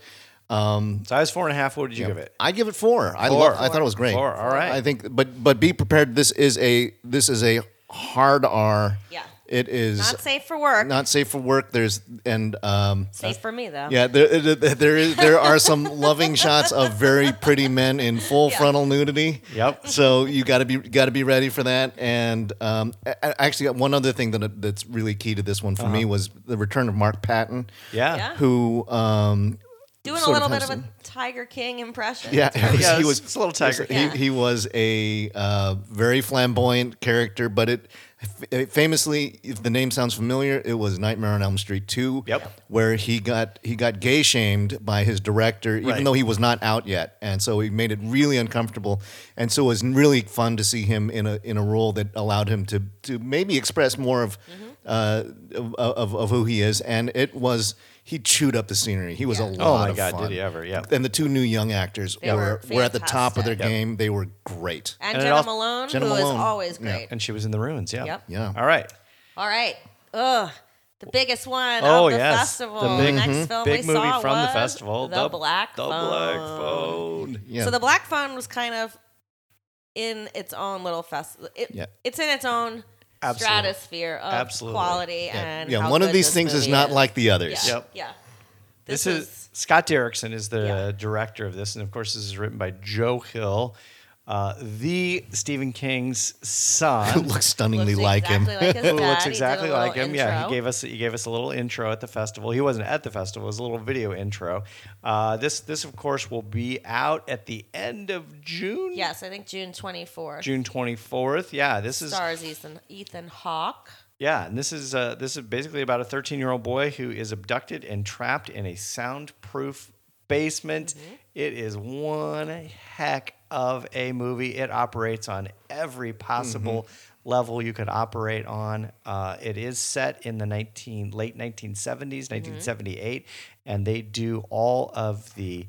C: So I was four and a half. What did you give it?
B: I give it four. I
C: Four.
B: lo- I thought it was great.
C: Four, all right.
B: I think, but but be prepared. This is a this is a hard R.
A: Yeah.
B: It is
A: Not safe for work.
B: not safe for work. There's and um,
A: safe for me though.
B: Yeah, there, there- there is there are some loving shots of very pretty men in full frontal nudity.
C: Yep.
B: So you got to be got to be ready for that. And um, a- a- actually, one other thing that that's really key to this one for me was the return of Mark Patton.
C: Uh-huh. Yeah.
A: Yeah.
B: Who um,
A: Doing a
B: sort
A: little
B: of
A: bit
B: has
A: of a
B: some-
A: Tiger King impression.
B: yeah, he
C: Yeah,
B: was- he
C: it's-
B: was
C: it's a little tiger.
A: Yeah.
B: he, he was a uh, very flamboyant character, but it f- famously, if the name sounds familiar, it was Nightmare on Elm Street two.
C: Yep.
B: where he got he got gay shamed by his director, even
C: Right.
B: though he was not out yet, and so he made it really uncomfortable. And so it was really fun to see him in a in a role that allowed him to to maybe express more of
C: Mm-hmm.
B: uh, of, of of who he is, and it was. He chewed up the scenery. He was a lot
C: Oh my
B: of
C: God, did
B: fun.
C: he ever, yeah.
B: And the two new young actors
A: They
B: were,
A: were
B: were at the top of their
A: fantastic.
B: game. They were great.
A: And,
C: And it
A: Jenna
C: also-
A: Malone,
B: Jenna
A: who is
B: Malone.
A: always
B: Yeah.
A: great.
C: And she was in the ruins. Yeah.
A: Yep.
B: Yeah.
C: All right.
A: All right. Ugh. The biggest one
C: Oh,
A: of the
C: yes.
A: festival.
C: The big- mm-hmm.
A: next film
C: Big
A: we
C: movie
A: saw
C: from the
A: was
C: festival.
A: The, Black
C: The
A: Phone.
C: Black Phone.
B: Yeah.
A: So the Black Phone was kind of in its own little fest. It,
B: Yeah.
A: It's in its own
C: Absolutely.
A: stratosphere of
C: Absolutely.
A: quality
B: Yeah,
A: and
B: yeah,
A: how
B: one of
A: good
B: these
A: this
B: things is
A: movie
B: not like the others.
A: Yeah.
C: Yep.
A: Yeah.
C: This, is, Scott Derrickson is the
A: Yeah.
C: director of this, and of course, this is written by Joe Hill, uh, the Stephen King's
B: Who
C: son.
B: looks stunningly
A: looks
B: like him.
A: exactly like his
C: who
A: dad.
C: looks
A: He did a
C: exactly
A: little
C: like him. Yeah,
A: intro.
C: he gave us he gave us a little intro at the festival. He wasn't at the festival; it was a little video intro. Uh, this this of course will be out at the end of June.
A: Yes, I think June 24th.
C: June twenty fourth. Yeah, this is
A: stars Ethan Ethan Hawke.
C: yeah, and this is uh, this is basically about a thirteen year old boy who is abducted and trapped in a soundproof basement. It is one heck of a movie. It operates on every possible. Level you could operate on. Uh, it is set in the 19, late 1970s, 1978, and they do all of the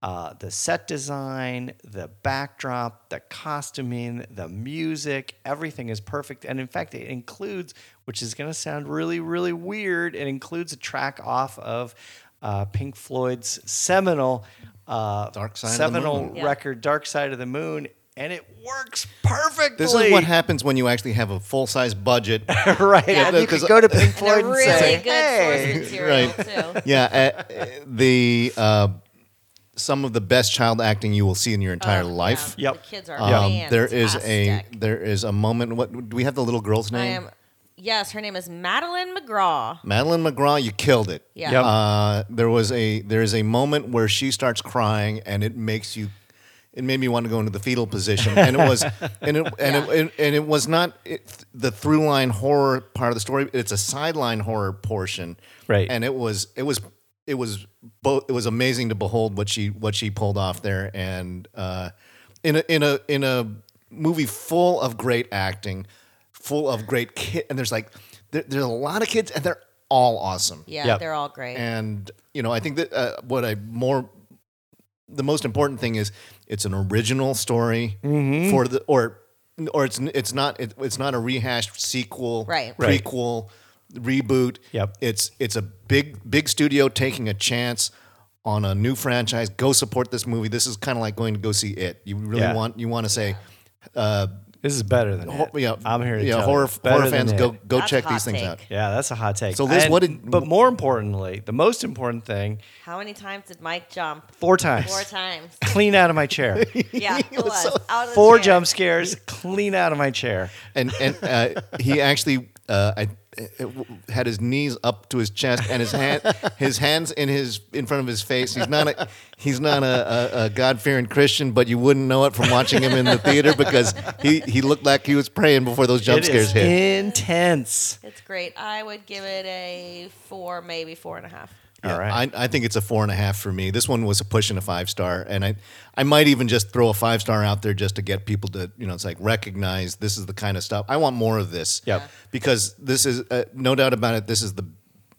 C: uh, the set design, the backdrop, the costuming, the music, everything is perfect. And in fact, it includes, which is going to sound really, really weird, it includes a track off of uh, Pink Floyd's seminal, uh,
B: Dark Side of the
C: seminal
B: Moon.
A: Yeah.
C: record, Dark Side of the Moon, and it works perfectly.
B: This is what happens when you actually have a full size budget.
C: right?
A: Yeah.
C: And you
B: Because-
C: could go to Pink
A: And
C: Floyd
A: a
C: and,
A: really
C: say,
A: good
C: "Hey,
A: source material
B: Right.
A: too.
B: yeah, uh, uh, the uh, some of the best child acting you will see in your entire life.
A: Oh, Yeah,
C: Yep.
A: The kids are
B: Um, there is a
A: fantastic.
B: there is a moment. What do we have the little girl's
A: I
B: name?
A: am yes, her name is Madeline McGraw.
B: Madeline McGraw. You killed it.
A: Yeah.
C: Yep.
B: Uh, there was a there is a moment where she starts crying and it makes you it made me want to go into the fetal position and it was and it and it, and, it was not it, the through line horror part of the story it's a sideline horror portion
C: Right.
B: and it was it was it was both it was amazing to behold what she what she pulled off there and uh in a in a in a movie full of great acting full of great kid and there's like there, there's a lot of kids and they're all awesome
A: Yeah,
C: Yep.
A: they're all great.
B: and you know i think that uh, what i more the most important thing is it's an original story
C: Mm-hmm.
B: for the or or it's it's not it, it's not a rehashed sequel
A: Right.
C: Right.
B: prequel reboot
C: Yep.
B: it's it's a big big studio taking a chance on a new franchise go support this movie this is kind of like going to go see it you really
C: Yeah.
B: want you want to say uh
C: This is better than
B: ho-
C: it.
B: yeah
C: I'm here to
B: yeah
C: tell
B: horror
C: you. Better
B: horror
C: than
B: fans
C: it.
B: go go
A: That's
B: check
A: a hot
B: these things
A: take.
B: out
C: Yeah, that's a hot take.
B: So, Liz, what did-
C: But more importantly, the most important thing,
A: How many times did Mike jump?
C: four times.
A: Four times.
C: Clean out of my chair.
A: Yeah, it was. out of the
C: four
A: chair.
C: jump scares. Clean out of my chair.
B: and and uh, he actually uh, I, uh, had his knees up to his chest and his hand his hands in his in front of his face. He's not a he's not a, a, a God fearing Christian, but you wouldn't know it from watching him in the theater because he he looked like he was praying before those jump
C: It
B: scares
C: is
B: hit.
C: intense.
A: It's great. I would give it a four, maybe four and a half.
C: All right.
B: I, I think it's a four and a half for me. This one was a push and a five star, and I, I might even just throw a five star out there just to get people to, you know, it's like recognize this is the kind of stuff I want more of this.
C: Yep.
B: because this is uh, no doubt about it. This is the,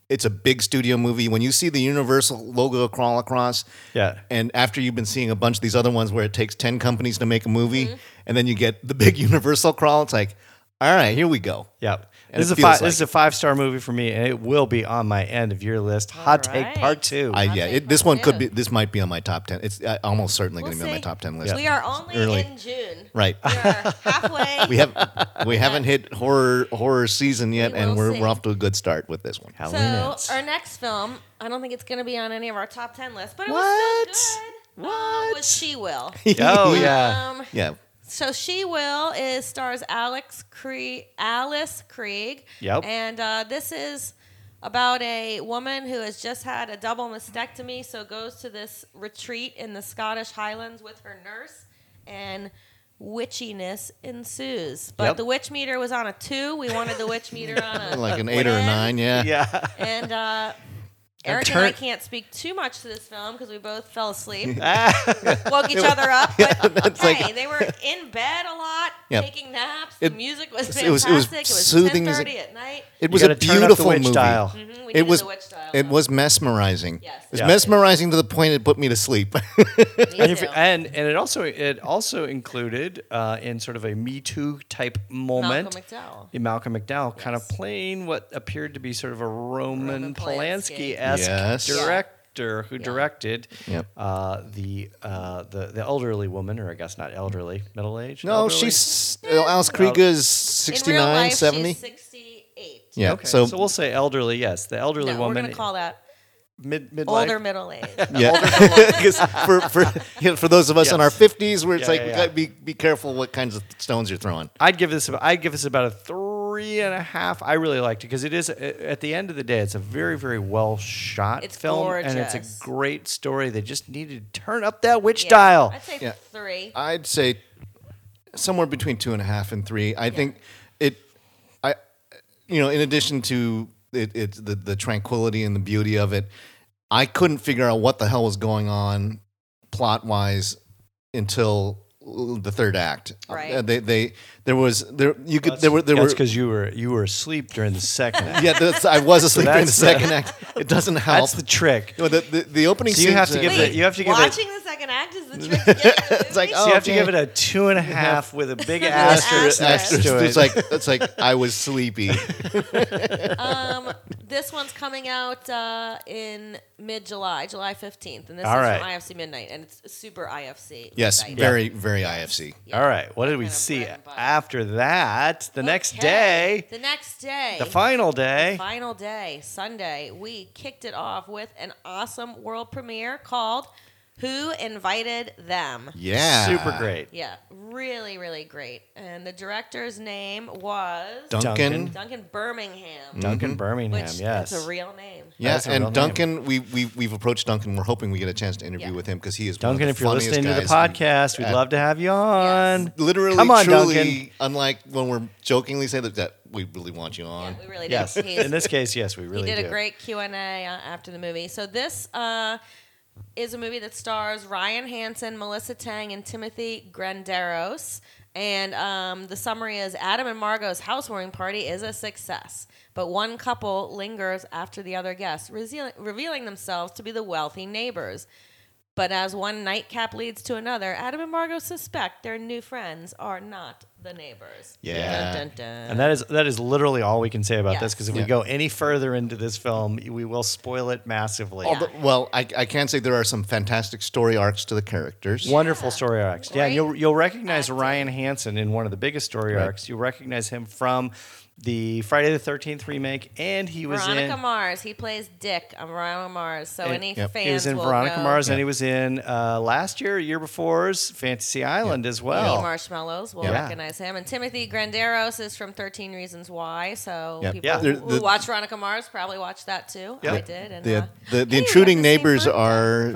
B: it's a big studio movie. When you see the Universal logo crawl across,
C: Yeah.
B: and after you've been seeing a bunch of these other ones where it takes ten companies to make a movie, and then you get the big Universal crawl, it's like, all right, here we go.
C: Yep.
B: And
C: this is
B: it
C: a five,
B: feels like-
C: this is a five star movie for me, and it will be on my end of your list. Hot
A: right.
C: take part two.
B: I, yeah,
A: think
B: it, this
A: so,
B: one could
A: too.
B: be. This might be on my top ten. It's uh, almost certainly
A: We'll
B: going to be on my
A: see.
B: top ten list.
A: We are only
B: Early.
A: in June.
B: Right.
A: We are halfway.
B: We have we haven't hit horror horror season yet,
A: We
B: and
A: will
B: we're,
A: see.
B: we're off to a good start with this one.
A: so um,
C: Halloween ends.
A: our next film, I don't think it's going to be on any of our top ten lists, but it
C: What?
A: was still good.
C: What?
A: Was She Will?
C: oh yeah.
A: Um,
B: Yeah,
A: so She Will is stars Alex Cre- Alice Krieg.
C: Yep.
A: And uh, this is about a woman who has just had a double mastectomy, so goes to this retreat in the Scottish Highlands with her nurse, and witchiness ensues. But
C: Yep.
A: the witch meter was on a two. We wanted the witch meter on a
B: like an eight or
A: ten.
B: nine. Yeah,
C: Yeah.
A: And uh, Eric
C: turn-
A: and I can't speak too much to this film because we both fell asleep,
B: Ah.
A: woke each other up. But
B: like-
A: hey, they were in bed a lot,
B: Yeah.
A: taking naps.
B: It-
A: the music was
B: it
A: fantastic.
B: was- it was soothing as it-
A: 10:30 at night.
B: it was
C: you
B: a
C: gotta turn up the
B: beautiful
C: witch
B: movie.
C: dial.
A: Mhm, we
B: It
A: needed
B: was
A: the witch style,
B: it
A: though.
B: was mesmerizing.
A: Yes.
B: It was
C: Yeah. Oh,
B: mesmerizing to the point it put me to sleep.
A: Me
C: and, if,
A: too.
C: and and it also it also included uh, in sort of a Me Too type moment.
A: Malcolm McDowell.
C: Yeah, Malcolm McDowell kind of
A: Yes.
C: playing what appered to be sort of a Roman,
A: Roman Polanski.
C: Polanski esque
B: Yes.
C: direct director who directed
B: Yep.
C: uh, the, uh, the the elderly woman, or I guess not elderly, middle aged.
B: No, she's Alice
C: Oh.
B: Krieger's 69,
A: In real life,
B: 70.
A: she's 68.
B: yeah.
C: Okay, so,
B: So,
C: we'll say elderly. Yes, the elderly
A: No, we're
C: woman.
A: going to call that
C: mid midlife.
A: older middle age.
B: yeah. 'Cause for for you know, for those of us in
C: Yes.
B: our 50s, where it's
C: Yeah,
B: like
C: yeah,
B: we
C: yeah.
B: gotta be be careful what kinds of stones you're throwing.
C: I'd give this. I'd give this about a three and a half. I really liked it because it is. At the end of the day, it's a very, very well shot
A: It's
C: film, and it's
A: gorgeous.
C: a great story. They just needed to turn up that witch
A: Yeah,
C: dial.
A: I'd say
B: Yeah.
A: three.
B: I'd say somewhere between two and a half and three. I think it, I, you know, in addition to it, it's the the tranquility and the beauty of it, I couldn't figure out what the hell was going on plot wise until the third act.
A: Right.
B: Uh, They they there was there you could there were there
C: That's
B: were
C: because you were you were asleep during the second. act.
B: yeah that's, I was asleep during the
C: that's the-
B: second act. It doesn't help.
C: that's the trick.
B: No, the, the, the opening
C: So you
B: scenes
C: have to
B: are-
C: give
A: Wait,
C: the- you have to give it-
A: watching the second act is the trick to get to the
B: It's like,
A: movie?
B: oh,
C: So you have to
B: okay.
C: give it a two and a half with a big
A: An
C: asterisk,
A: asterisk.
C: next to it.
B: It's like it's like I was sleepy.
A: Um, this one's coming out uh, in mid July, July 15th. And this
C: All
A: is
C: right.
A: from IFC Midnight. And it's super IFC.
B: Yes,
A: midnight.
B: very very IFC.
A: Yeah.
C: All right, what did we
A: Kind of
C: see
A: bread and butter.
C: after that? The next
A: Okay.
C: day,
A: The next day.
C: the final day.
A: Final day, Sunday, we kicked it off with an awesome world premiere called Who Invited Them?
B: Yeah,
C: super great.
A: Yeah, really, really great. And the director's name was
B: Duncan.
C: Duncan.
A: Duncan Birmingham,
B: Mm-hmm.
C: Duncan Birmingham.
A: which
C: yes,
A: that's a real name.
B: Yeah,
C: That's a real
B: and
C: name.
B: Duncan, we, we we've approached Duncan. We're hoping we get a chance to interview
A: Yeah.
B: with him because he is one of
C: Duncan,
B: the
C: if you're
B: funniest
C: listening to the
B: guys.
C: podcast, we'd
B: Uh,
C: love to have you on.
B: Literally,
C: Come on,
B: truly,
C: Duncan.
B: unlike when we're jokingly saying that, that we really want you on.
A: Yeah, we really
C: Yes.
A: did. He's-
C: In this case, yes, we really
A: he did
C: do.
A: a great Q and A uh, after the movie. So this uh, is a movie that stars Ryan Hansen, Melissa Tang, and Timothy Granderos. And um, the summary is Adam and Margot's housewarming party is a success, but one couple lingers after the other guests, reseal- revealing themselves to be the wealthy neighbors. But as one nightcap leads to another, Adam and Margot suspect their new friends are not the neighbors.
B: Yeah.
A: Dun, dun, dun.
C: And that is that is literally all we can say about
A: Yes.
C: this because if
B: Yeah.
C: we go any further into this film, we will spoil it massively.
A: Yeah.
B: Although- well, I, I can say there are some fantastic story arcs to the characters.
C: Wonderful story arcs. Yeah, and
A: Great
C: you'll you'll recognize
A: acting.
C: Ryan Hansen in one of the biggest story
B: Right.
C: arcs. You'll recognize him from the Friday the Thirteenth remake, and he was
A: Veronica
C: in.
A: Mars. He plays Dick on Veronica Mars. So
C: And-
A: any
B: yep.
A: fans
C: he was in
A: will
C: Veronica
A: know
C: Mars,
B: Yeah.
C: and he was in uh, last year, year before's Fantasy Island as
A: Eddie
C: well.
A: Marshmallows will
B: Yeah.
A: recognize him, and Timothy Granderos is from Thirteen Reasons Why. So
B: Yep.
A: people
C: Yeah.
A: who,
B: There- the-
A: who watch Veronica Mars probably watched that too.
C: Yeah.
A: I did. And, uh,
B: The the, the
A: hey, we're
B: intruding
A: the same
B: neighbors
A: birthday.
B: are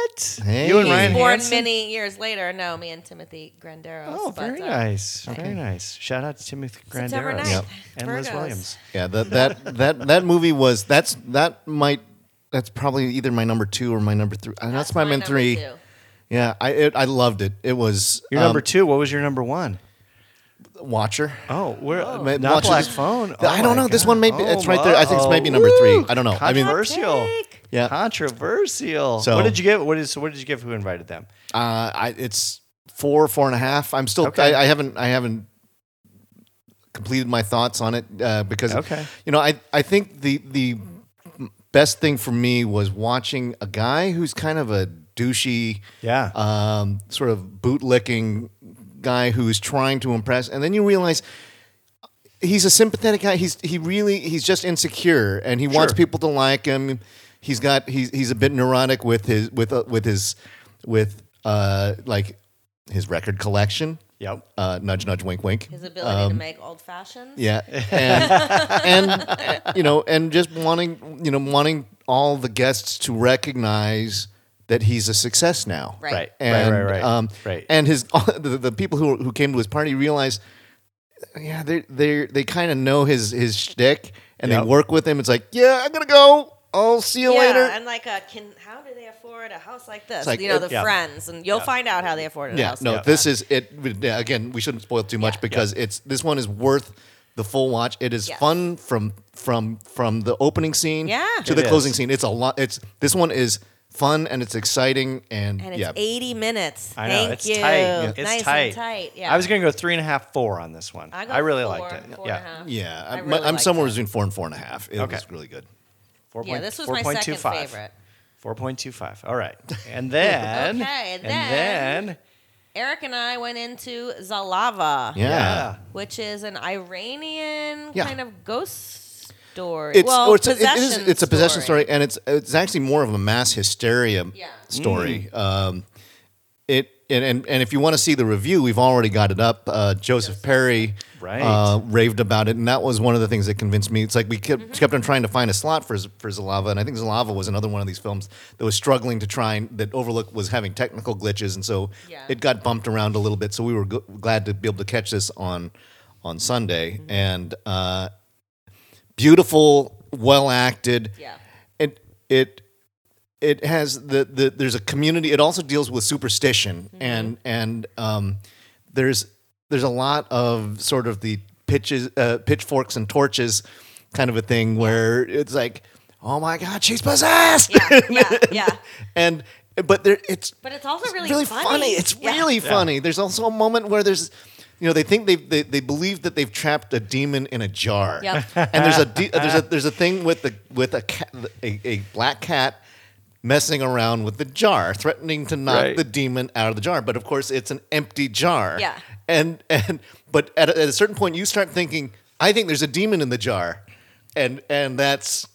C: What?
B: Hey.
C: You and Ryan
A: born
C: Hansen?
A: many years later. No, me and Timothy Granderos.
C: Oh,
A: but,
C: very
A: uh,
C: nice. Very nice. Shout out to Timothy
A: September
C: Granderos
A: 9th, Yep.
C: and Liz
A: Virgos.
C: Williams.
B: yeah. That that that that movie was that's that might that's probably either my number two or my number three. Uh, That's, my, number
A: number
B: three.
A: two.
B: Yeah, I it, I loved it. It was um,
C: Your number two. What was your number one?
B: Watcher.
C: Oh, we're
B: Ma-
C: not
B: watch
C: Black
B: this-
C: Phone.
B: Th- I
C: Oh
B: don't
C: my
B: know. This
C: God.
B: one may be. It's
C: Oh,
B: right there. I think it's
C: wow.
B: maybe number three.
C: Woo!
B: I don't know. I mean,
C: Controversial.
A: Cake.
B: Yeah.
C: Controversial.
B: So-
C: what did you give? What is? What did you give? Who invited them?
B: uh, I, it's four, four and a half. I'm still.
C: Okay.
B: I, I haven't. I haven't completed my thoughts on it uh, because
C: Okay.
B: you know I I think the the best thing for me was watching a guy who's kind of a douchey
C: Yeah.
B: um, sort of bootlicking guy who's trying to impress, and then you realize he's a sympathetic guy. He's he really he's just insecure, and he wants
C: Sure.
B: people to like him. He's got he's he's a bit neurotic with his with uh, with his with uh like his record collection.
C: Yep.
B: Uh, nudge, nudge, wink, wink.
A: His ability to
C: Um,
A: make old fashions.
B: Yeah, and, and you know, and just wanting you know wanting all the guests to recognize that he's a success now.
A: Right.
C: Right.
B: And,
C: right. Right. Right.
B: Um,
C: right.
B: And his the, the people who who came to his party realized, yeah, they they they kind of know his his shtick and
C: Yep.
B: they work with him. It's like, yeah, I'm gonna go. I'll see you
A: Yeah,
B: later.
A: and like, uh can how do they afford a house like this?
B: like,
A: you know,
B: it-
A: the
C: oh, Yeah.
A: friends, and you'll find out how they afforded a
B: yeah,
A: house.
B: no,
A: like
B: this
A: that.
B: is it. yeah, Again, we shouldn't spoil too much because it's this one is worth the full watch. It is
A: Yes.
B: fun from from from the opening scene
A: Yeah.
B: to
A: It
B: the closing
C: is.
B: scene. It's a lot. It's this one is fun and it's exciting and,
A: and it's
B: yeah,
A: 80 minutes.
C: I know
A: Thank
C: it's
A: you.
C: tight. It's
A: nice
C: tight.
A: and tight. Yeah.
C: I was gonna go three and a half, four on this one. I,
A: got
C: really
A: four,
C: liked it.
A: four
C: yeah.
A: and a half.
B: yeah.
A: I
B: I
A: really
B: am
A: liked
B: somewhere
A: it.
B: between four and four and a half. It
C: Okay.
B: was really good.
C: Four
A: Yeah,
C: point-
A: this was
C: four
A: my
C: point two
A: second
C: five.
A: favorite.
C: Four point two five. All right, and then
A: Okay,
C: and
A: then-
C: then
A: Eric and I went into Zalava,
B: Yeah.
C: yeah,
A: which is an Iranian
B: Yeah.
A: kind of ghost story.
B: It's
A: well,
B: oh, it's a, it
A: possession
B: is- it's a possession story, and it's it's actually more of a mass hysteria
A: Yeah.
B: story. Um, it and, and and if you want to see the review, we've already got it up. Uh, Joseph Perry
C: Right.
B: uh, raved about it, and that was one of the things that convinced me. It's like we
A: Mm-hmm.
B: kept, kept on trying to find a slot for Z- for Zalava, and I think Zalava was another one of these films that was struggling to try and that Overlook was having technical glitches, and so
A: Yeah.
B: it got bumped around a little bit. So we were g- glad to be able to catch this on on Sunday,
A: Mm-hmm.
B: and. Uh, beautiful, well acted.
A: Yeah.
B: It it it has the, the there's a community. It also deals with superstition
A: Mm-hmm.
B: and and um, there's there's a lot of sort of the pitches uh, pitchforks and torches kind of a thing where it's like, oh my god, she's possessed.
A: Yeah, yeah, yeah.
B: and but there it's
A: But it's also really, funny.
B: It's
A: Yeah.
B: really funny. There's also a moment where there's, you know, they think they they, they believe that they've trapped a demon in a jar.
A: Yep.
B: and there's a de- there's a there's a thing with the with a cat, a, a black cat messing around with the jar, threatening to knock
C: Right.
B: the demon out of the jar. But of course, it's an empty jar.
A: Yeah.
B: And and but at a, at a certain point, you start thinking, I think there's a demon in the jar, and and that's.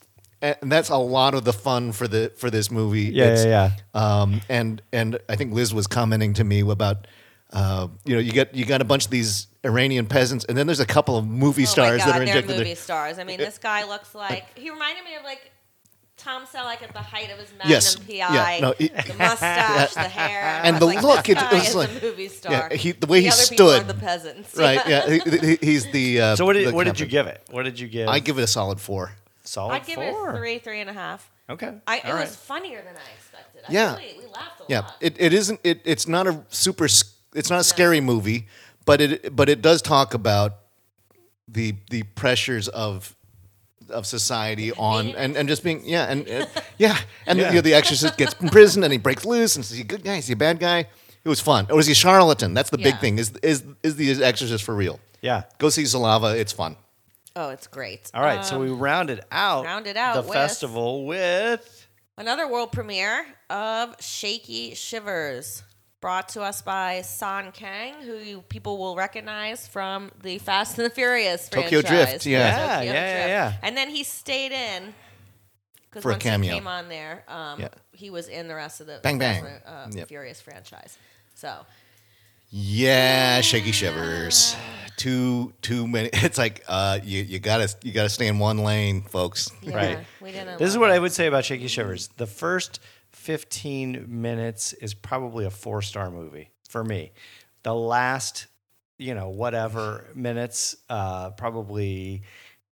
B: And that's a lot of the fun for the for this movie.
C: Yeah,
B: It's-
C: yeah, yeah.
B: um, and and I think Liz was commenting to me about uh, you know you get you got a bunch of these Iranian peasants, and then there's a couple of movie stars
A: oh my God,
B: that are
A: They're
B: injected
A: movie
B: there.
A: stars. I mean, this guy looks like he reminded me of like Tom Selleck at the height of his Magnum
B: Yes.
A: PI.
B: Yeah. No, he-
A: the mustache, the hair,
B: And
A: I was
B: the
A: like,
B: look,
A: This
B: it- it
A: guy
B: was
A: is
B: like-
A: a movie star.
B: yeah, he- the way he
A: other people are
B: stood.
A: the peasants.
B: Right? Yeah. He- he- he's the. Uh,
C: So what did
B: the
C: what did you
B: captain.
C: give it? What did you give?
B: I give it a solid four.
C: solid
A: I'd give
C: four.
A: it three, three and a half.
C: Okay,
A: I, it
C: All right.
A: was funnier than I expected. I
B: Yeah.
A: really, we laughed a
B: Yeah.
A: lot.
B: It, it isn't. It, it's not a super. s- It's not a scary movie, but it but it does talk about the the pressures of of society on and, and just being yeah and uh, yeah and
C: Yeah.
B: You know, the exorcist gets in prison and he breaks loose and is he a good guy is he a bad guy it was fun or is he a charlatan that's the big
A: Yeah.
B: thing is is is the exorcist for real
C: yeah.
B: go see Zalava it's fun
A: Oh, it's great.
C: All right, so we rounded out
A: Um, rounded out
C: the
A: with-
C: festival with
A: Another world premiere of Shaky Shivers, brought to us by Son Kang, who you, people will recognize from the Fast and the Furious
B: Tokyo
A: franchise.
B: Drift, yeah.
C: Yeah, yeah, yeah, yeah.
A: And then he stayed in 'cause
B: For a
A: once he
B: cameo.
A: came on there. Um,
B: Yeah.
A: He was in the rest of the
B: Bang,
A: Fast
B: bang.
A: and, uh,
B: Yep.
A: Furious franchise. So
B: yeah shaky shivers too too many it's like uh you, you gotta you gotta stay in one lane folks
A: yeah,
C: Right.
A: we didn't.
C: this is
A: love
C: what
A: it.
C: I would say about Shaky Shivers. The first 15 minutes is probably a four star movie for me. The last, you know, whatever minutes, uh, probably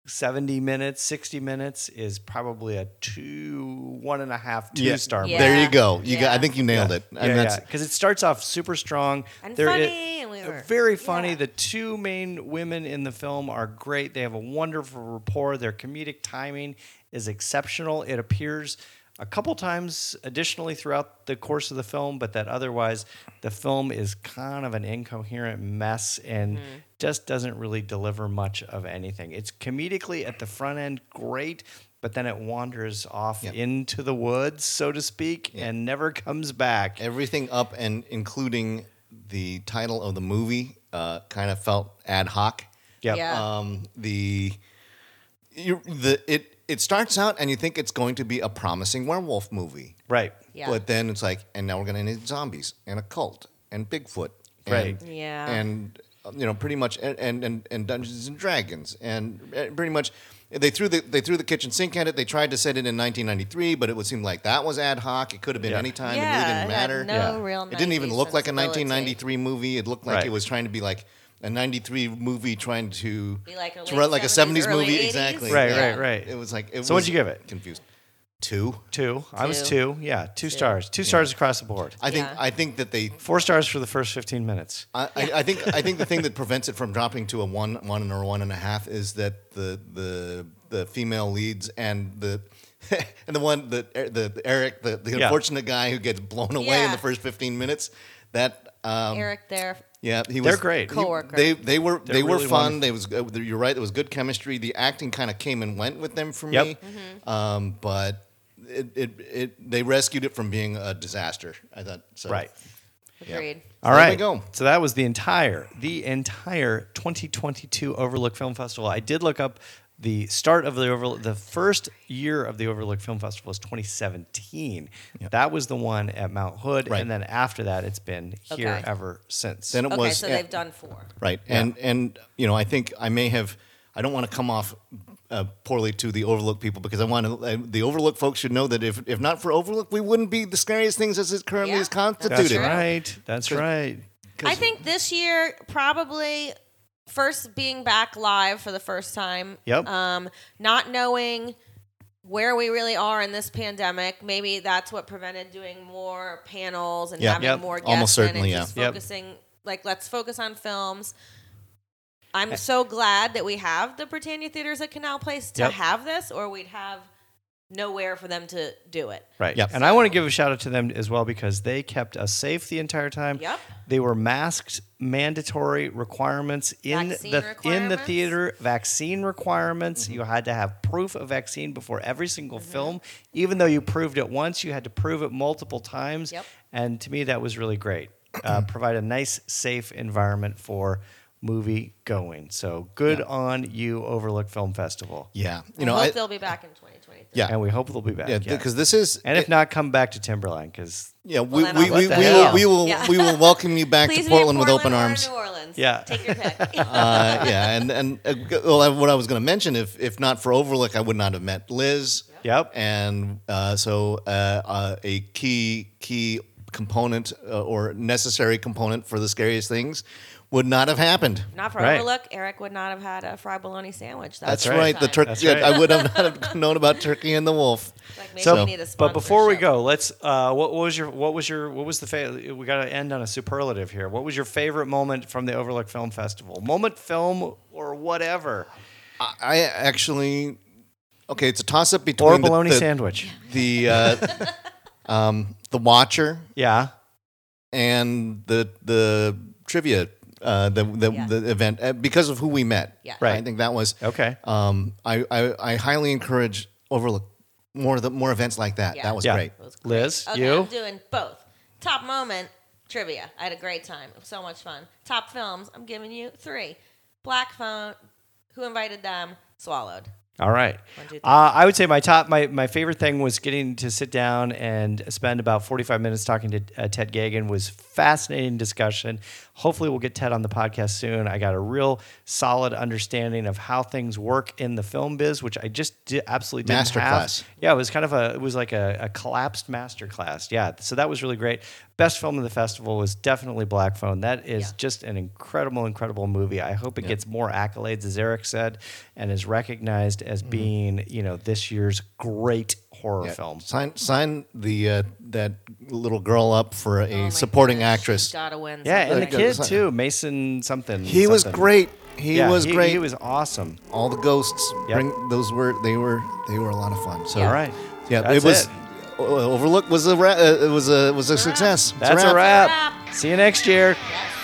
C: 70 minutes, 60 minutes is probably a two, one and a half, two
B: Yeah.
C: star
A: Yeah.
B: there you go you got
A: Yeah.
B: I think you nailed it
C: Yeah,
B: and that's
C: because it starts off super strong.
A: And
C: There i-
A: funny, and we were-
C: very funny.
A: yeah.
C: The two main women in the film are great. They have a wonderful rapport. Their comedic timing is exceptional. It appears a couple times additionally throughout the course of the film, but that otherwise the film is kind of an incoherent mess and just doesn't really deliver much of anything. It's comedically at the front end great, but then it wanders off
B: Yeah.
C: into the woods, so to speak, and never comes back.
B: everything up and including the title of the movie uh, kind of felt ad hoc.
C: Yep.
A: Yeah.
B: Um, the you, the it it starts out and you think it's going to be a promising werewolf movie,
C: Right.
A: Yeah.
B: But then it's like, and now we're going to need zombies and a cult and Bigfoot, and-
C: Right.
A: Yeah.
B: and uh, you know pretty much and and and, and Dungeons and Dragons and uh, pretty much. They threw the they threw the kitchen sink at it. They tried to set it in 1993, but it would seem like that was ad hoc. It could have been
C: Yeah.
B: any time.
A: Yeah,
B: it really
A: it had
B: didn't matter.
A: no
C: Yeah.
A: real
B: It didn't even
A: 90s
B: look like a
A: sensibility.
B: 1993 movie. It looked like
C: Right.
B: it was trying to be like a 93 movie trying to
A: Be like a
B: to
A: late
B: run like a
A: 70s,
B: 70s
A: early
B: movie
A: 80s.
B: exactly.
C: Right,
A: Yeah.
C: right, right.
B: It was like it
C: So
B: was
C: what'd you give it?
B: Confused. 2.
C: Two. I was
A: Two.
C: two. Yeah, two, stars. Two stars across the board.
B: I think
A: Yeah.
B: I think that they
C: Four stars for the first 15 minutes.
B: I, I, I think I think the thing that prevents it from dropping to a one one or one and a half is that the the the female leads and the and the one the the, the Eric the, the
C: Yeah.
B: unfortunate guy who gets blown away in
A: Yeah.
B: the first 15 minutes that um,
A: Eric there.
B: Yeah, he
C: They're
B: was
C: great.
B: he-
A: Coworker.
B: They they were they were
C: really
B: fun. They was uh, you're right. It was good chemistry. The acting kind of came and went with them for
C: Yep.
B: me. Um, but it, it, it they rescued it from being a disaster. I thought so.
C: Right.
A: Agreed.
C: All
B: So there we
C: right.
B: go.
C: So that was the entire the entire 2022 Overlook Film Festival. I did look up the start of the Overlook. The first year of the Overlook Film Festival is 2017. That was the one at Mount Hood,
B: Right.
C: and then after that, it's been here
A: Okay.
C: ever since.
B: Then it
A: Okay,
B: was
A: so
B: yeah,
A: they've done four.
B: right, and and you know I think I may have. I don't want to come off uh, poorly to the Overlook people because I want to. Uh, the Overlook folks should know that if if not for Overlook, we wouldn't be the scariest things as it currently
A: Yeah,
B: is
A: that's
B: constituted.
C: That's right. That's right. 'Cause-
A: I think this year probably first being back live for the first time.
C: Yep.
A: Um, not knowing where we really are in this pandemic, maybe that's what prevented doing more panels and
B: Yeah.
A: having
C: Yep.
A: more guests.
B: Almost
A: in
B: certainly,
A: and just
C: yeah. Yep.
A: Focusing like let's focus on films. I'm so glad that we have the Britannia Theaters at Canal Place to
C: Yep.
A: have this, or we'd have nowhere for them to do it.
C: Right.
B: Yep.
C: And I want to give a shout out to them as well because they kept us safe the entire time.
A: Yep.
C: They were masked mandatory requirements in
A: Vaccine
C: the in the
A: requirements.
C: theater, vaccine requirements.
B: Mm-hmm.
C: You had to have proof of vaccine before every single
A: Mm-hmm.
C: film. Even though you proved it once, you had to prove it multiple times.
A: Yep.
C: And to me that was really great.
B: Mm-hmm.
C: Uh, provide a nice safe environment for movie going. So good on you Overlook Film Festival.
B: Yeah, you
A: You
B: know,
A: hope
B: I,
A: they'll be back in 2023.
B: yeah,
C: And we hope they'll be back.
B: yeah,
C: yeah.
B: because this is
C: and if not, come back to Timberline because
B: Yeah,
A: Well,
B: we,
A: then
B: we,
A: I'll
B: we,
A: let
B: we,
C: them
B: will,
C: know.
B: we will
A: Yeah.
B: we will welcome you back
A: Please
B: to
A: be in
B: Portland, with open
A: or
B: arms.
A: New Orleans.
C: Yeah.
A: Take your pick.
B: Uh, yeah, and and uh, g- well, I- what I was going to mention, if if not for Overlook, I would not have met Liz.
C: Yep.
B: And uh, so uh, uh, a key key component uh, or necessary component for the scariest things would not have happened.
A: Not for
C: Right.
A: overlook, Eric would not have had a fried bologna sandwich. That
B: That's
A: was
B: right. The
A: time.
B: turkey.
C: That's
B: yeah,
C: right.
B: I would have not have known about turkey and the wolf.
A: Like maybe
B: So-
A: we need a
C: But before we
A: sponsorship.
C: go, let's. Uh, what was your? What was your? What was the? Fa- we got to end on a superlative here. What was your favorite moment from the Overlook Film Festival? Moment, film, or whatever,
B: I, I actually. Okay, it's a toss up between
C: or
B: the-
C: bologna
B: the,
C: sandwich.
B: the uh, um, the Watcher
C: Yeah.
B: and the the trivia uh, the the,
A: Yeah.
B: the event uh, because of who we met.
A: Yeah.
C: Right.
B: I think that was
C: Okay.
B: Um, I, I I highly encourage Overlook more the more events like that.
A: Yeah.
B: That was
C: Yeah.
B: great.
A: That was great.
C: Liz,
A: Okay,
C: you.
A: I'm doing both. Top moment trivia. I had a great time. It was so much fun. Top films. I'm giving you three. Black Phone. Who invited them? Swallowed.
C: All right.
A: One, two, three.
C: Uh, I would say my top, my, my favorite thing was getting to sit down and spend about 45 minutes talking to uh, Ted Gagan was fascinating discussion. Hopefully we'll get Ted on the podcast soon. I got a real solid understanding of how things work in the film biz, which I just di- absolutely didn't have.
B: Masterclass.
C: Yeah, it was kind of a it was like a, a collapsed master class. Yeah, so that was really great. Best film of the festival was definitely Black Phone. That is
A: Yeah.
C: just an incredible, incredible movie. I hope it gets more accolades, as Eric said, and is recognized as being you know this year's great horror
B: Mm-hmm. Yeah.
C: film.
B: Sign sign the uh, that little girl up for
A: Oh
B: a
A: my
B: supporting
A: goodness,
B: actress.
A: She's gotta win.
C: Yeah, and the
A: something.
B: Yeah,
C: kid
B: sign-
C: too, Mason something.
B: He was
C: something.
B: great. He
C: Yeah,
B: was great.
C: He was awesome.
B: All the ghosts.
C: Yep.
B: Bring those were they were they were a lot of fun. So
C: All right.
B: Yeah,
C: That's
B: it was.
C: it.
B: O- Overlook was a ra- uh, it was a was a success. It's
C: That's a
A: wrap.
C: wrap. See you next year.
A: Yes.